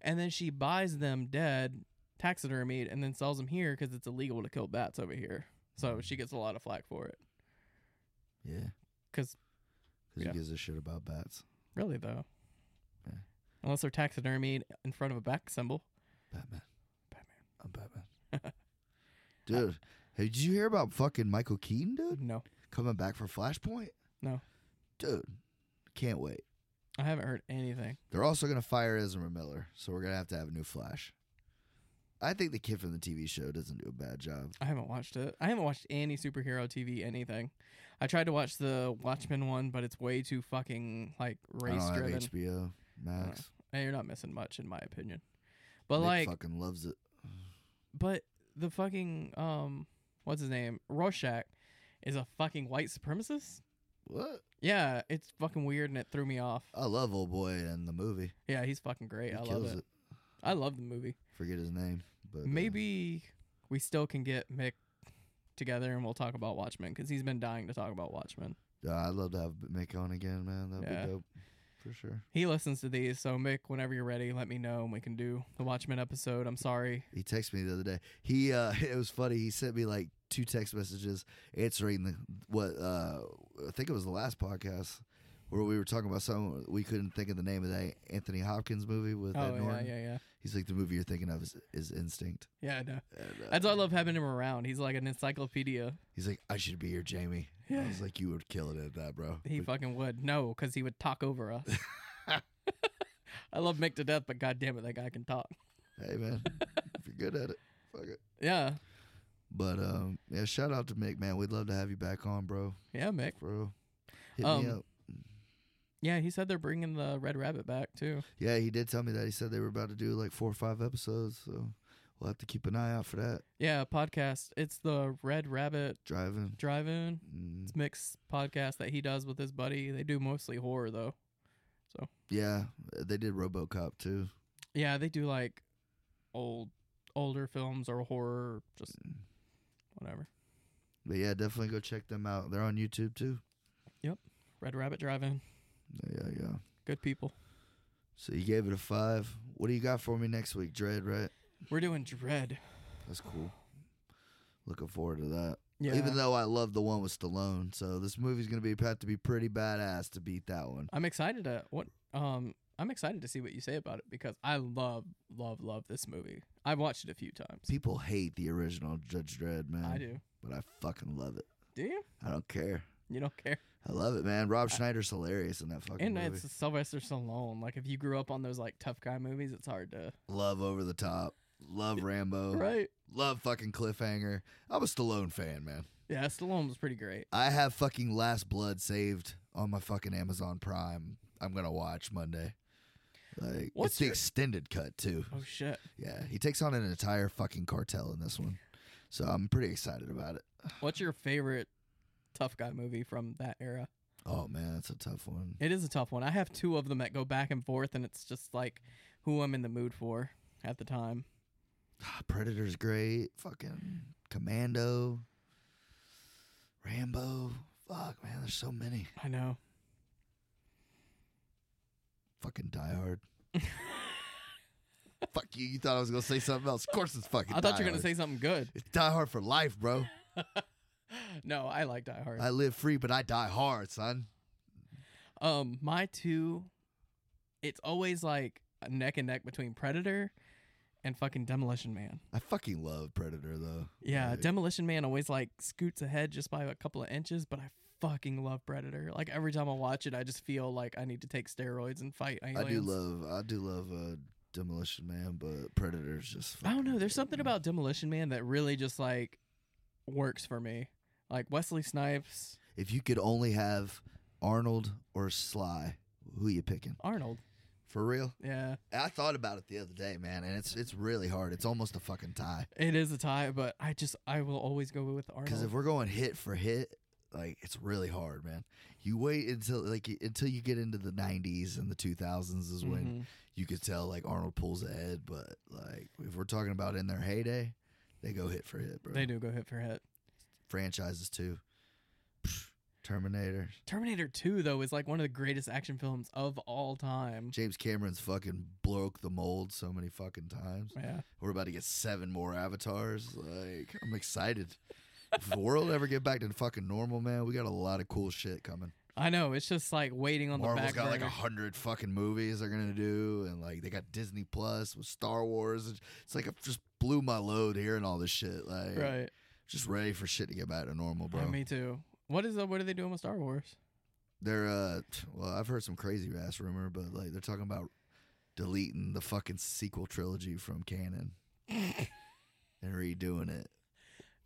S2: And then she buys them dead taxidermied and then sells them here because it's illegal to kill bats over here. So she gets a lot of flack for it.
S3: Yeah.
S2: Because Yeah.
S3: Because he gives a shit about bats.
S2: really, though,
S3: Yeah.
S2: unless they're taxidermied in front of a bat symbol,
S3: Batman.
S2: Batman.
S3: I'm Batman. dude, hey, did you hear about fucking Michael Keaton, dude?
S2: no,
S3: Coming back for Flashpoint?
S2: No.
S3: Dude, can't wait.
S2: I haven't heard anything.
S3: They're also going to fire Ezra Miller, so we're going to have to have a new Flash. I think the kid from the TV show doesn't do a bad job.
S2: I haven't watched it. I haven't watched any superhero TV anything. I tried to watch the Watchmen one, but it's way too fucking like
S3: I
S2: race
S3: don't
S2: driven.
S3: have HBO Max.
S2: Hey, You're not missing much, in my opinion. But
S3: Nick
S2: like,
S3: fucking loves it.
S2: but the fucking um, what's his name? Rorschach is a fucking white supremacist.
S3: What?
S2: Yeah, it's fucking weird and it threw me off.
S3: I love old boy in the movie.
S2: Yeah, he's fucking great.
S3: he
S2: I love
S3: kills
S2: it.
S3: it.
S2: I love the movie.
S3: Forget his name, but uh,
S2: Maybe we still can get Mick together and we'll talk about Watchmen because he's been dying to talk about Watchmen.
S3: uh, I'd love to have Mick on again, man. That'd
S2: Yeah.
S3: be dope for sure.
S2: He listens to these, so Mick, whenever you're ready, let me know and we can do the Watchmen episode. I'm sorry.
S3: He texted me the other day. He uh it was funny. He sent me like two text messages answering the what uh I think it was the last podcast where we were talking about something we couldn't think of the name of that Anthony Hopkins movie with
S2: Oh
S3: Ed
S2: yeah,
S3: Norton.
S2: yeah, yeah,
S3: He's like the movie you're thinking of is, is Instinct.
S2: yeah. I know.
S3: And, uh,
S2: That's why I love having him around. He's like an encyclopedia.
S3: He's like, I should be here, Jamie. I
S2: Yeah.
S3: was like, you would kill it at that, bro.
S2: He
S3: But-
S2: fucking would. No, because he would talk over us. I love Mick to death, but goddamn it, that guy can talk.
S3: hey man, if you're good at it, fuck it.
S2: Yeah,
S3: But um, yeah, shout out to Mick, man. We'd love to have you back on, bro.
S2: yeah, Mick.
S3: Bro, hit me
S2: Um,
S3: up.
S2: Yeah, he said they're bringing the Red Rabbit back too.
S3: Yeah, he did tell me that. He said they were about to do like four or five episodes, so we'll have to keep an eye out for that.
S2: Yeah, podcast. It's the Red Rabbit
S3: Driving.
S2: Drive-In.
S3: Mm,
S2: It's Mick's podcast that he does with his buddy. They do mostly horror though.
S3: yeah, they did RoboCop too.
S2: Yeah, they do like old older films or horror, just whatever.
S3: But yeah, definitely go check them out. They're on YouTube too.
S2: Red Rabbit Drive-In.
S3: Yeah, yeah.
S2: Good people.
S3: So you gave it a five. What do you got for me next week, Dread? Right?
S2: We're doing Dread.
S3: That's cool. Looking forward to that.
S2: Yeah.
S3: Even though I love the one with Stallone, so this movie's gonna be have to be pretty badass to beat that one.
S2: I'm excited to what um I'm excited to see what you say about it because I love love love this movie. I've watched it a few times.
S3: People hate the original Judge Dredd, man.
S2: I do.
S3: but I fucking love it.
S2: Do you?
S3: I don't care.
S2: You don't care.
S3: I love it, man. Rob Schneider's hilarious in that fucking
S2: And
S3: movie.
S2: it's Sylvester Stallone. Like if you grew up on those like tough guy movies, it's hard to
S3: Love over the top. Love Rambo.
S2: right.
S3: Love fucking cliffhanger. I'm a Stallone fan, man.
S2: Yeah, Stallone was pretty great.
S3: I have fucking Last Blood saved on my fucking Amazon Prime. I'm gonna watch Monday. Like
S2: What's
S3: it's the
S2: your-
S3: extended cut too.
S2: Oh shit!
S3: Yeah, he takes on an entire fucking cartel in this one. So I'm pretty excited about it.
S2: What's your favorite tough guy movie from that era?
S3: Oh man, that's a tough one.
S2: It is a tough one. I have two of them that go back and forth, and it's just like who I'm in the mood for at the time.
S3: Predator's great. Fucking Commando. Rambo. Fuck, man, there's so many.
S2: I know.
S3: Fucking Die Hard. Fuck you. You thought I was gonna say something else. Of course, it's fucking.
S2: I thought
S3: Die
S2: you were gonna
S3: Hard.
S2: say something good.
S3: it's Die Hard for life, bro.
S2: No, I like Die Hard.
S3: I live free, but I die hard, son.
S2: Um, my two, it's always like a neck and neck between Predator and fucking Demolition Man.
S3: I fucking love Predator though.
S2: Yeah,
S3: Like,
S2: Demolition Man always like scoots ahead just by a couple of inches, but I fucking love Predator. Like every time I watch it, I just feel like I need to take steroids and fight
S3: I
S2: aliens.
S3: do love. I do love uh, Demolition Man, but Predator's just.
S2: I don't know.
S3: fucking-
S2: There's something about Demolition Man that really just like works for me. Like Wesley Snipes,
S3: If you could only have Arnold or Sly, who you picking?
S2: Arnold.
S3: For real?
S2: Yeah,
S3: I thought about it the other day, man, and it's it's really hard. It's almost a fucking tie.
S2: it is a tie, but I just I will always go with
S3: Because if
S2: Arnold.
S3: we're going hit for hit, like it's really hard, man. You wait until like you- until you get into the '90s and the 2000s is when
S2: Mhm.
S3: you could tell like Arnold pulls ahead. But like if we're talking about in their heyday, they go hit for hit, bro.
S2: they do go hit for hit.
S3: franchises too. Terminator.
S2: Terminator 2 though is like one of the greatest action films of all time.
S3: James Cameron's fucking broke the mold so many fucking times.
S2: Yeah.
S3: We're about to get seven more avatars. Like, I'm excited. if the world ever get back to fucking normal, man, we got a lot of cool shit coming.
S2: I know, it's just like waiting on
S3: Marvel's
S2: the back
S3: got like a
S2: burner.
S3: hundred fucking movies they're gonna do, and like they got Disney Plus with Star Wars. and It's like I just blew my load hearing all this shit. Like,
S2: Right.
S3: just ready for shit to get back to normal, bro.
S2: Yeah, me too. What is uh, what are they doing with Star Wars?
S3: They're uh, t- well, I've heard some crazy ass rumor, but like they're talking about deleting the fucking sequel trilogy from canon and redoing it.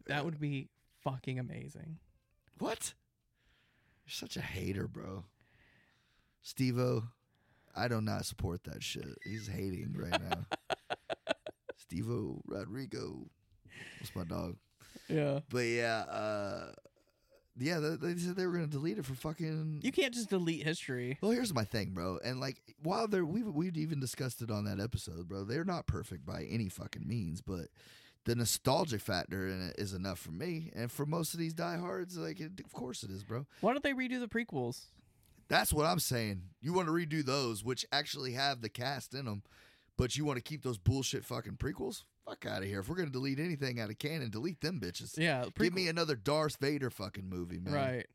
S2: That would be fucking amazing.
S3: What? You're such a hater, bro. Stevo, I do not support that shit. He's hating right now. Stevo Rodrigo, what's my dog?
S2: Yeah.
S3: But yeah, uh, yeah, they, they said they were gonna delete it for fucking.
S2: You can't just delete history.
S3: Well, here's my thing, bro. And like, while they're we we've even discussed it on that episode, bro. They're not perfect by any fucking means, but the nostalgia factor in it is enough for me, and for most of these diehards, like, it, of course it is, bro.
S2: Why don't they redo the prequels?
S3: That's what I'm saying. You want to redo those, which actually have the cast in them, but you want to keep those bullshit fucking prequels. Fuck out of here. If we're gonna delete anything out of canon, delete them bitches.
S2: Yeah,
S3: Give me another Darth Vader fucking movie, man.
S2: right.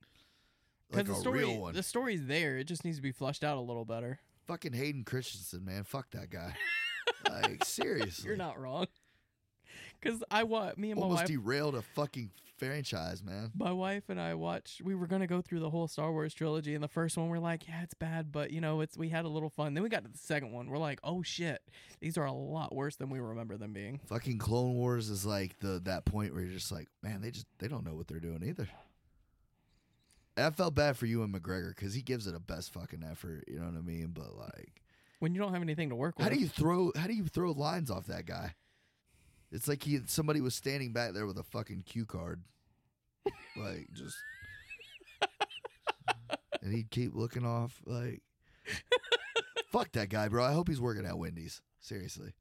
S2: Because
S3: like
S2: the
S3: a
S2: story,
S3: real one.
S2: the story's there. It just needs to be flushed out a little better.
S3: Fucking Hayden Christensen, man. Fuck that guy. like seriously,
S2: You're not wrong. Because I what me and my
S3: almost
S2: wife,
S3: derailed a fucking franchise, man.
S2: my wife and I watched. We were gonna go through the whole Star Wars trilogy, and the first one we're like, yeah, it's bad, but you know, it's we had a little fun. Then we got to the second one, we're like, oh shit, these are a lot worse than we remember them being.
S3: Fucking Clone Wars is like the that point where you're just like, man, they just they don't know what they're doing either. And I felt bad for you and McGregor because he gives it a best fucking effort. You know what I mean? But like,
S2: When you don't have anything to work with,
S3: how do you throw how do you throw lines off that guy? It's like he somebody was standing back there with a fucking cue card, like just, and he'd keep looking off like, fuck that guy, bro. I hope he's working at Wendy's. Seriously,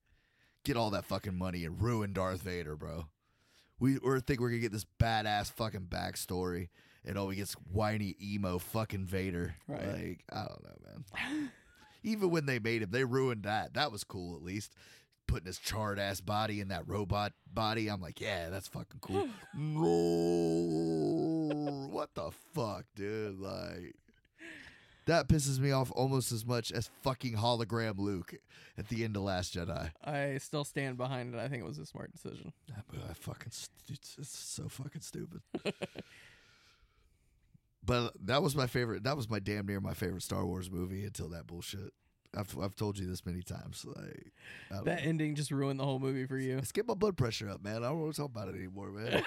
S3: get all that fucking money and ruin Darth Vader, bro. We or think we're gonna get this badass fucking backstory, and all we get's whiny emo fucking Vader.
S2: Right.
S3: Like I don't know, man. Even when they made him, they ruined that. That was cool, at least. Putting his charred ass body in that robot body. I'm like, yeah, that's fucking cool. no. What the fuck, dude? Like, that pisses me off almost as much as fucking hologram Luke at the end of Last Jedi.
S2: I still stand behind it. I think it was a smart decision.
S3: That movie, I fucking, st- it's, it's so fucking stupid. but that was my favorite. That was my damn near my favorite Star Wars movie until that bullshit. I've I've told you this many times. Like I don't
S2: That
S3: know.
S2: ending just ruined the whole movie for you.
S3: Let's get my blood pressure up, man. I don't want to talk about it anymore, man.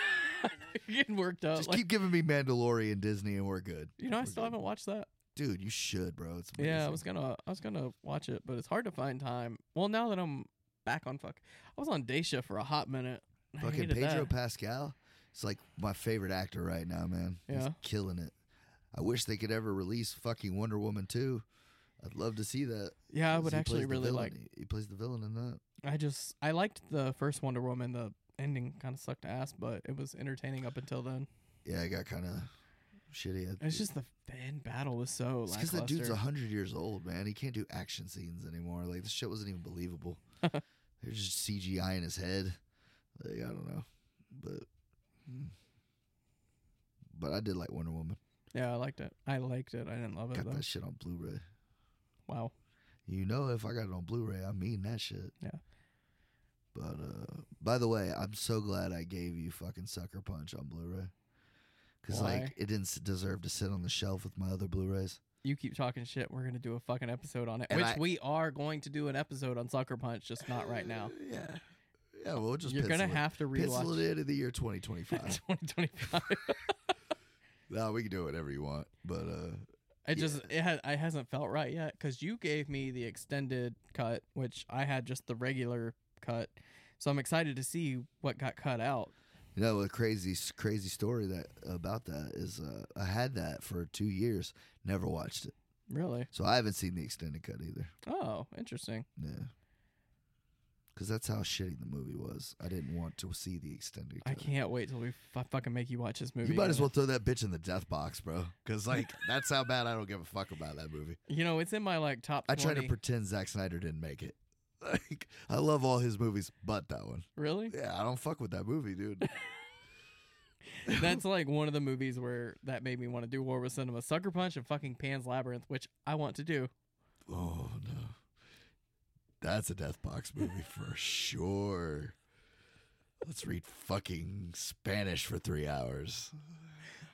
S2: You're getting worked up.
S3: Just
S2: like,
S3: keep giving me Mandalorian, Disney, and we're good.
S2: you know, I
S3: We're
S2: still
S3: good.
S2: haven't watched that.
S3: Dude, you should, bro. It's amazing.
S2: Yeah, I was gonna, I was gonna watch it, but it's hard to find time. Well, now that I'm back on fuck, I was on day shift for a hot minute. I
S3: Fucking
S2: hated
S3: Pedro
S2: that.
S3: Pascal. It's like my favorite actor right now, man. He's
S2: Yeah.
S3: killing it. I wish they could ever release fucking Wonder Woman 2. I'd love to see that.
S2: Yeah, I
S3: 'cause
S2: would
S3: he
S2: actually
S3: plays the
S2: really
S3: villain.
S2: like.
S3: He- He plays the villain in that.
S2: I just, I liked the first Wonder Woman. The ending kind of sucked ass, but it was entertaining up until then.
S3: Yeah, I got kind of shitty. at-
S2: It's just the end battle was so
S3: It's because that dude's
S2: lackluster.
S3: hundred years old, man. He can't do action scenes anymore. Like this shit wasn't even believable. They're just CGI in his head. Like I don't know, but mm. but I did like Wonder Woman.
S2: Yeah, I liked it. I liked it. I didn't love it
S3: Got
S2: though.
S3: that shit on Blu-ray.
S2: Wow.
S3: You know, if I got it on Blu-ray, I mean that shit.
S2: Yeah.
S3: But uh, by the way, I'm so glad I gave you fucking Sucker Punch on Blu-ray. Cause
S2: Why?
S3: like it didn't s- deserve to sit on the shelf with my other Blu-rays.
S2: You keep talking shit. We're gonna do a fucking episode on it,
S3: And
S2: which
S3: I-
S2: we are going to do an episode on Sucker Punch, just not right now.
S3: Uh, yeah. Yeah. Well, we'll just
S2: You're gonna
S3: pencil it.
S2: have to
S3: Pencil
S2: rewatch
S3: it in in the year 2025.
S2: 2025.
S3: no, we can do whatever you want, but uh,
S2: It
S3: Yeah.
S2: just it, ha- it hasn't felt right yet because you gave me the extended cut, which I had just the regular cut. So I'm excited to see what got cut out.
S3: you know, a crazy, crazy story that about that is uh, I had that for two years, never watched it,
S2: Really?
S3: so I haven't seen the extended cut either.
S2: Oh, interesting.
S3: Yeah, because that's how shitty the movie was. I didn't want to see the extended.
S2: I
S3: cut.
S2: can't wait till we f- fucking make you watch this movie.
S3: You might as
S2: again.
S3: well throw that bitch in the death box, bro. Because like that's how bad I don't give a fuck about that movie.
S2: You know, it's in my like top. 20.
S3: I try to pretend Zack Snyder didn't make it. Like I love all his movies, but that one.
S2: really.
S3: Yeah, I don't fuck with that movie, dude.
S2: That's like one of the movies where that made me want to do war with cinema, Sucker Punch and fucking Pan's Labyrinth, which I want to do.
S3: Oh no, that's a death box movie for sure. Let's read fucking Spanish for three hours.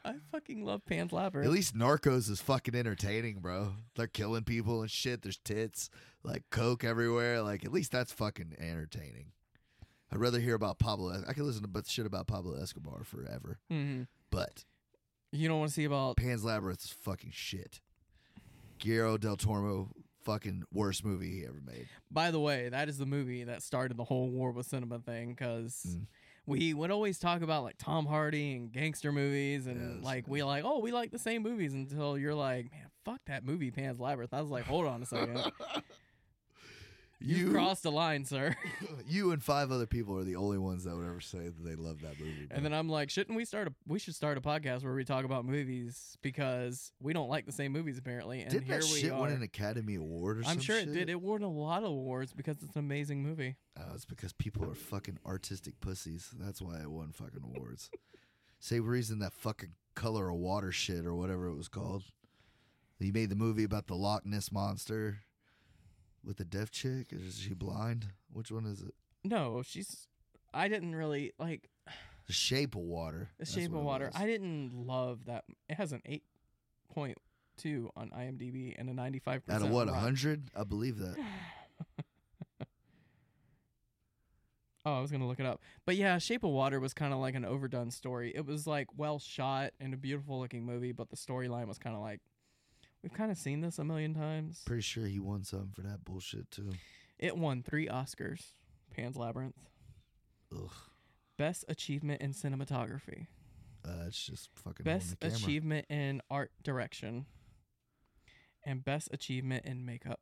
S2: I fucking love Pan's
S3: At
S2: Labyrinth.
S3: least Narcos is fucking entertaining, bro. They're killing people and shit. There's tits, like coke everywhere. Like at least that's fucking entertaining. I'd rather hear about Pablo. I could listen to but shit about Pablo Escobar forever.
S2: Mhm.
S3: But
S2: You don't want to see about
S3: Pan's Labyrinth is fucking shit. Guillermo del Toro, fucking worst movie he ever made.
S2: By the way, that is the movie that started the whole war with cinema thing because
S3: Mm.
S2: we would always talk about like Tom Hardy and gangster movies and
S3: Yes.
S2: like we like oh we like the same movies until you're like man fuck that movie Pan's Labyrinth. I was like hold on a second, you
S3: you,
S2: crossed a line, sir.
S3: you and five other people are the only ones that would ever say that they love that movie.
S2: and then I'm like shouldn't we start a we should start a podcast where we talk about movies because we don't like the same movies apparently. And
S3: did
S2: here
S3: that
S2: we
S3: shit
S2: are.
S3: win an Academy Award or
S2: I'm
S3: some
S2: sure it
S3: shit?
S2: did. It won a lot of awards because it's an amazing movie.
S3: Oh, it's because people are fucking artistic pussies. That's why I won fucking awards. Same reason that fucking color of water shit or whatever it was called. You made the movie about the Loch Ness monster with the deaf chick. Is she blind? Which one is it?
S2: No, she's. I didn't really like.
S3: The Shape of Water.
S2: The
S3: That's
S2: Shape
S3: what
S2: of
S3: it
S2: Water.
S3: was.
S2: I didn't love that. It has an eight point two on IMDb and a ninety five
S3: Out
S2: percent.
S3: of what? A hundred? I believe that.
S2: Oh, I was gonna look it up, but yeah, Shape of Water was kind of like an overdone story. It was like well shot and a beautiful looking movie, but the storyline was kind of like we've kind of seen this a million times.
S3: Pretty sure he won something for that bullshit too.
S2: It won three Oscars. Pan's Labyrinth,
S3: Ugh.
S2: best achievement in cinematography,
S3: Uh, it's just fucking holding
S2: best
S3: the camera.
S2: achievement in art direction, and best achievement in makeup.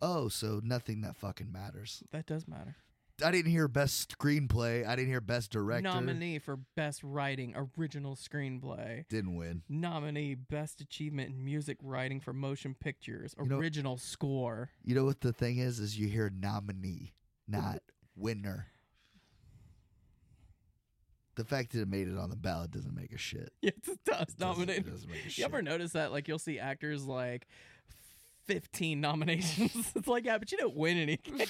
S3: oh, so nothing that fucking matters.
S2: That does matter.
S3: I didn't hear best screenplay. I didn't hear best director.
S2: Nominee for best writing, original screenplay.
S3: Didn't win.
S2: Nominee best achievement in music writing for motion pictures,
S3: You know-
S2: original score.
S3: You know what the thing is? Is you hear nominee, not winner. The fact that it made it on the ballot doesn't make a shit.
S2: Yes, it does.
S3: It doesn't-
S2: Nominee.
S3: it doesn't make a
S2: You ever
S3: shit.
S2: notice that? Like, you'll see actors like 15 nominations. it's like, yeah, but you didn't win anything.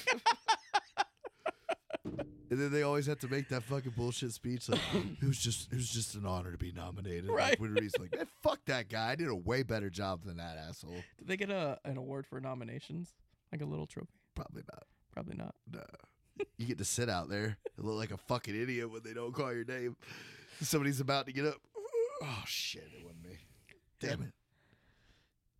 S3: And then they always have to make that fucking bullshit speech. Like, it was just, it was just an honor to be nominated.
S2: Right.
S3: Like, when he's like, man, fuck that guy. I did a way better job than that asshole.
S2: Did they get a, an award for nominations? Like a little trophy?
S3: Probably not.
S2: Probably not.
S3: You get to sit out there and look like a fucking idiot when they don't call your name. Somebody's about to get up. Oh shit! It wasn't me. Damn it!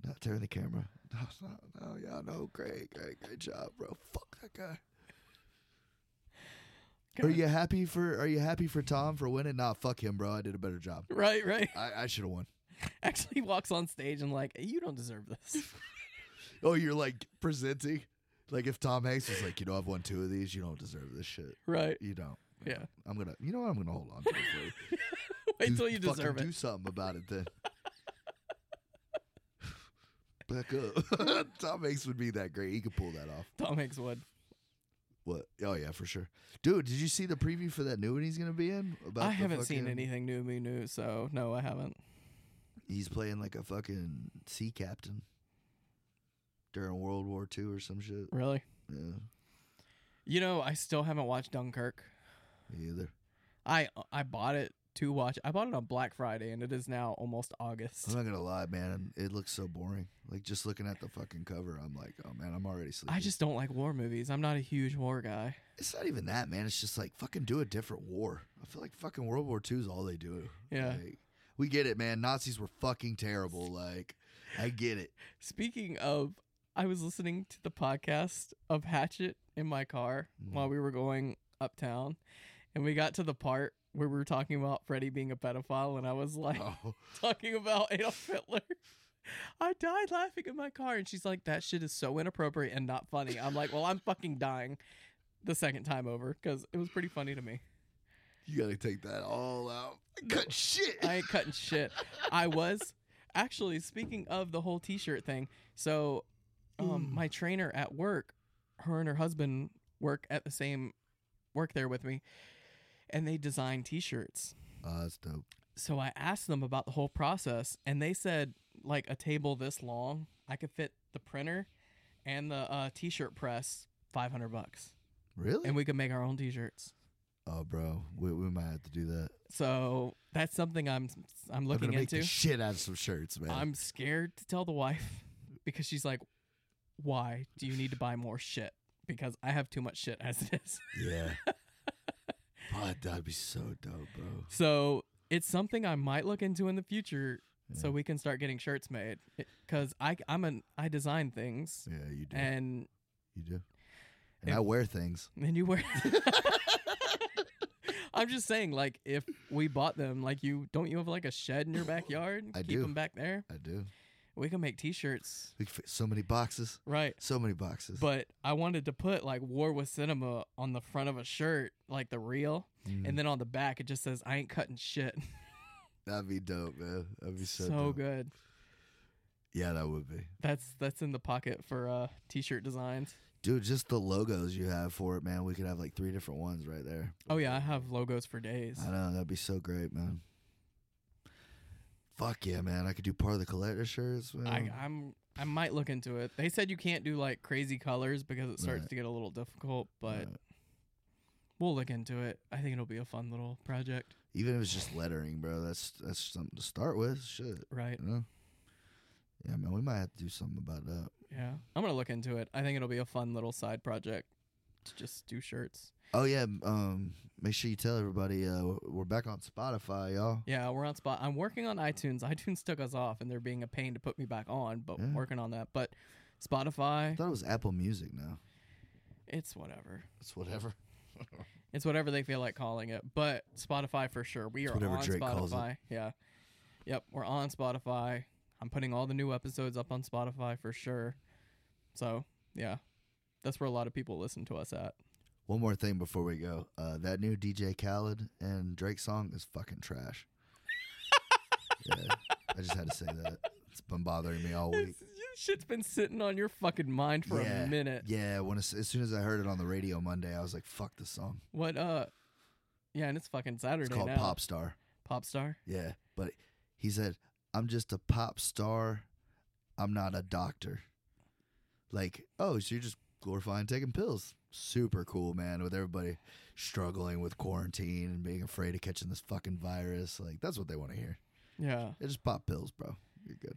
S3: Not turn the camera. No, it's not. No, yeah, no. Great, great, great job, bro. Fuck that guy. Are
S2: God.
S3: you happy for Are you happy for Tom for winning? Nah, fuck him, bro. I did a better job.
S2: Right, right.
S3: I, I should have won.
S2: Actually walks on stage and, like, you don't deserve this.
S3: Oh, you're like presenting. Like if Tom Hanks was like, you know, I've won two of these. You don't deserve this shit.
S2: right.
S3: You don't.
S2: Yeah.
S3: I'm gonna. You know what? I'm gonna hold on to it. for you.
S2: Wait
S3: Do-
S2: till you
S3: fucking
S2: deserve it.
S3: Do something about it then. Back up. Tom Hanks would be that great. He could pull that off.
S2: Tom Hanks would.
S3: What? Oh yeah, for sure. Dude, did you see the preview for that new one he's gonna be in? About
S2: I
S3: the
S2: haven't seen
S3: fucking-
S2: anything new me new, so no, I haven't.
S3: He's playing like a fucking sea captain during World War II or some shit.
S2: Really?
S3: Yeah,
S2: You know, I still haven't watched Dunkirk.
S3: me either.
S2: I I bought it to watch. I bought it on Black Friday, and it is now almost
S3: I'm
S2: August.
S3: not gonna lie, man. It looks so boring. Like just looking at the fucking cover, I'm like, oh man, I'm already sleeping.
S2: I just don't like war movies. I'm not a huge war guy.
S3: It's not even that, man. It's just like fucking do a different war. I feel like fucking World War II is all they do.
S2: Yeah.
S3: Like, we get it, man. Nazis were fucking terrible. Like, I get it.
S2: Speaking of, I was listening to the podcast of Hatchet in my car
S3: Mhm.
S2: while we were going uptown, and we got to the part where we were talking about Freddie being a pedophile, and I was like,
S3: Oh,
S2: talking about Adolf Hitler. I died laughing in my car, and she's like, "That shit is so inappropriate and not funny." I'm like, "Well, I'm fucking dying." the second time over because it was pretty funny to me.
S3: You gotta take that all out. I cut shit.
S2: I ain't cutting shit. I was actually speaking of the whole t-shirt thing. So, um,
S3: Mm.
S2: my trainer at work, her and her husband work at the same work there with me, and they design t-shirts.
S3: Oh, that's dope.
S2: So I asked them about the whole process, and they said like a table this long, I could fit the printer and the uh, t-shirt press, five hundred bucks,
S3: Really?
S2: and we could make our own t-shirts.
S3: oh, bro, we, we might have to do that.
S2: So that's something I'm I'm
S3: I'm
S2: looking
S3: gonna make
S2: into.
S3: the shit out of some shirts, man.
S2: I'm scared to tell the wife because she's like, "Why do you need to buy more shit? Because I have too much shit as it is."
S3: yeah. God, that'd be so dope, bro.
S2: So it's something I might look into in the future, so
S3: Yeah.
S2: we can start getting shirts made. Because I I'm an I design things,
S3: Yeah, you do.
S2: and
S3: you do. And
S2: if-
S3: I wear things.
S2: then you wear. I'm just saying, like, if we bought them, like, you don't you have like a shed in your backyard?
S3: I
S2: Keep
S3: do.
S2: them back there.
S3: I do.
S2: We can make T-shirts,
S3: We could fit so many boxes.
S2: right?
S3: So many boxes.
S2: but I wanted to put like War with Cinema on the front of a shirt, like the reel,
S3: Mm,
S2: and then on the back it just says I ain't cutting shit.
S3: that'd be dope, man. That'd be so,
S2: so
S3: dope.
S2: good.
S3: Yeah, that would be.
S2: That's that's in the pocket for uh t-shirt designs.
S3: Dude, just the logos you have for it, man. We could have like three different ones right there.
S2: Oh yeah, I have logos for days.
S3: I know that'd be so great, man. Fuck yeah, man! I could do part of the collector shirts. Man.
S2: I, I'm I might look into it. They said you can't do like crazy colors because it starts
S3: Right.
S2: to get a little difficult, but
S3: Right.
S2: we'll look into it. I think it'll be a fun little project,
S3: even if it's just lettering, bro, that's that's something to start with. Shit,
S2: right?
S3: you know. Yeah, man, we might have to do something about that.
S2: Yeah, I'm gonna look into it. I think it'll be a fun little side project to just do shirts.
S3: Oh yeah, um, make sure you tell everybody uh, we're back on Spotify, y'all.
S2: Yeah, we're on spot. I'm working on iTunes. iTunes took us off, and they're being a pain to put me back on, but
S3: Yeah.
S2: working on that. But
S3: I
S2: Spotify,
S3: thought it was Apple Music now.
S2: it's whatever.
S3: It's whatever.
S2: It's whatever they feel like calling it. But Spotify for sure. We
S3: It's
S2: are
S3: whatever
S2: on
S3: Drake
S2: Spotify.
S3: calls it.
S2: Yeah. Yep, we're on Spotify. I'm putting all the new episodes up on Spotify for sure. So yeah, that's where a lot of people listen to us at.
S3: One more thing before we go, uh, that new DJ Khaled and Drake song is fucking trash. yeah, I just had to say that. It's been bothering me all week.
S2: This shit's been sitting on your fucking mind for
S3: Yeah.
S2: a minute.
S3: Yeah, when as, as soon as I heard it on the radio Monday, I was like, "Fuck this song."
S2: What? Uh, yeah, and it's fucking Saturday
S3: It's called
S2: now.
S3: Pop Star.
S2: Pop star.
S3: Yeah, but he said, "I'm just a pop star. I'm not a doctor." Like, oh, so you're just glorifying taking pills. Super cool, man. With everybody struggling with quarantine and being afraid of catching this fucking virus, like that's what they want to hear.
S2: Yeah.
S3: They just pop pills, bro. You're good.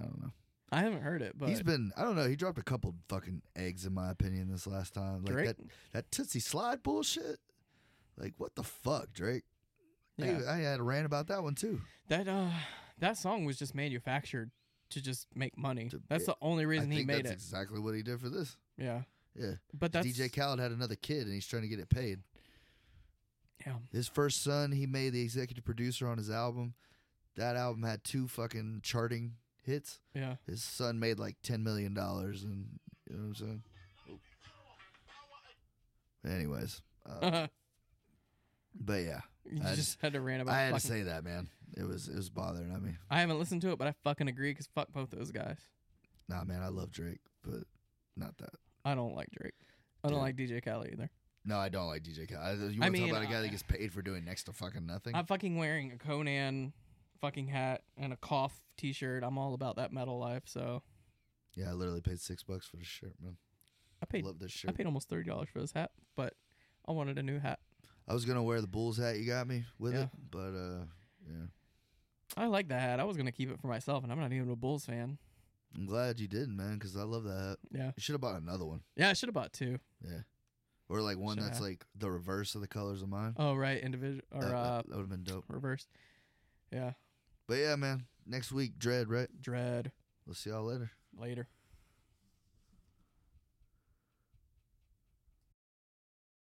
S3: I don't know.
S2: I haven't heard it, but
S3: He's been. I don't know. He dropped a couple fucking eggs, in my opinion, this last time. Like
S2: Drake.
S3: that that Tootsie Slide bullshit. Like what the fuck, Drake?
S2: yeah.
S3: I, I had a rant about that one too.
S2: that uh, that song was just manufactured to just make money.
S3: To-
S2: That's the only reason
S3: I
S2: he
S3: think
S2: made
S3: that's
S2: it.
S3: exactly what he did for this.
S2: yeah,
S3: Yeah,
S2: but that's
S3: DJ Khaled had another kid, and he's trying to get it paid.
S2: yeah,
S3: His first son, he made the executive producer on his album. That album had two fucking charting hits.
S2: yeah.
S3: His son made like ten million dollars, and you know what I'm saying. Anyways, uh, but yeah,
S2: you
S3: I
S2: just,
S3: just-
S2: had to rant about.
S3: I had to
S2: fucking-
S3: say that, man. It was it was bothering. I mean,
S2: I haven't listened to it, but I fucking agree because fuck both those guys.
S3: nah, man, I love Drake, but not that.
S2: I don't like Drake. I don't
S3: Dude.
S2: like DJ Khaled either.
S3: No, I don't like DJ Khaled. You want
S2: I
S3: to
S2: mean,
S3: talk about a guy
S2: I-
S3: that gets paid for doing next to fucking nothing?
S2: I'm fucking wearing a Conan fucking hat and a cough T-shirt. I'm all about that metal life. So
S3: yeah, I literally paid six bucks for the shirt, man.
S2: I paid
S3: Love this
S2: I
S3: shirt.
S2: paid almost thirty dollars for this hat, but I wanted a new hat.
S3: I was gonna wear the Bulls hat you got me with
S2: Yeah.
S3: it, but uh, yeah,
S2: I like that hat. I was gonna keep it for myself, and I'm not even a Bulls fan.
S3: I'm glad you didn't, man, because I love that hat.
S2: Yeah,
S3: You should have bought another one.
S2: yeah. I should have bought two.
S3: Yeah, or like one
S2: Should
S3: that's
S2: I?
S3: like the reverse of the colors of mine.
S2: Oh right, individual or
S3: that
S2: uh,
S3: would have been dope.
S2: reversed. Yeah,
S3: But yeah, man, next week, Dread, right?
S2: dread
S3: We'll see y'all later.
S2: later.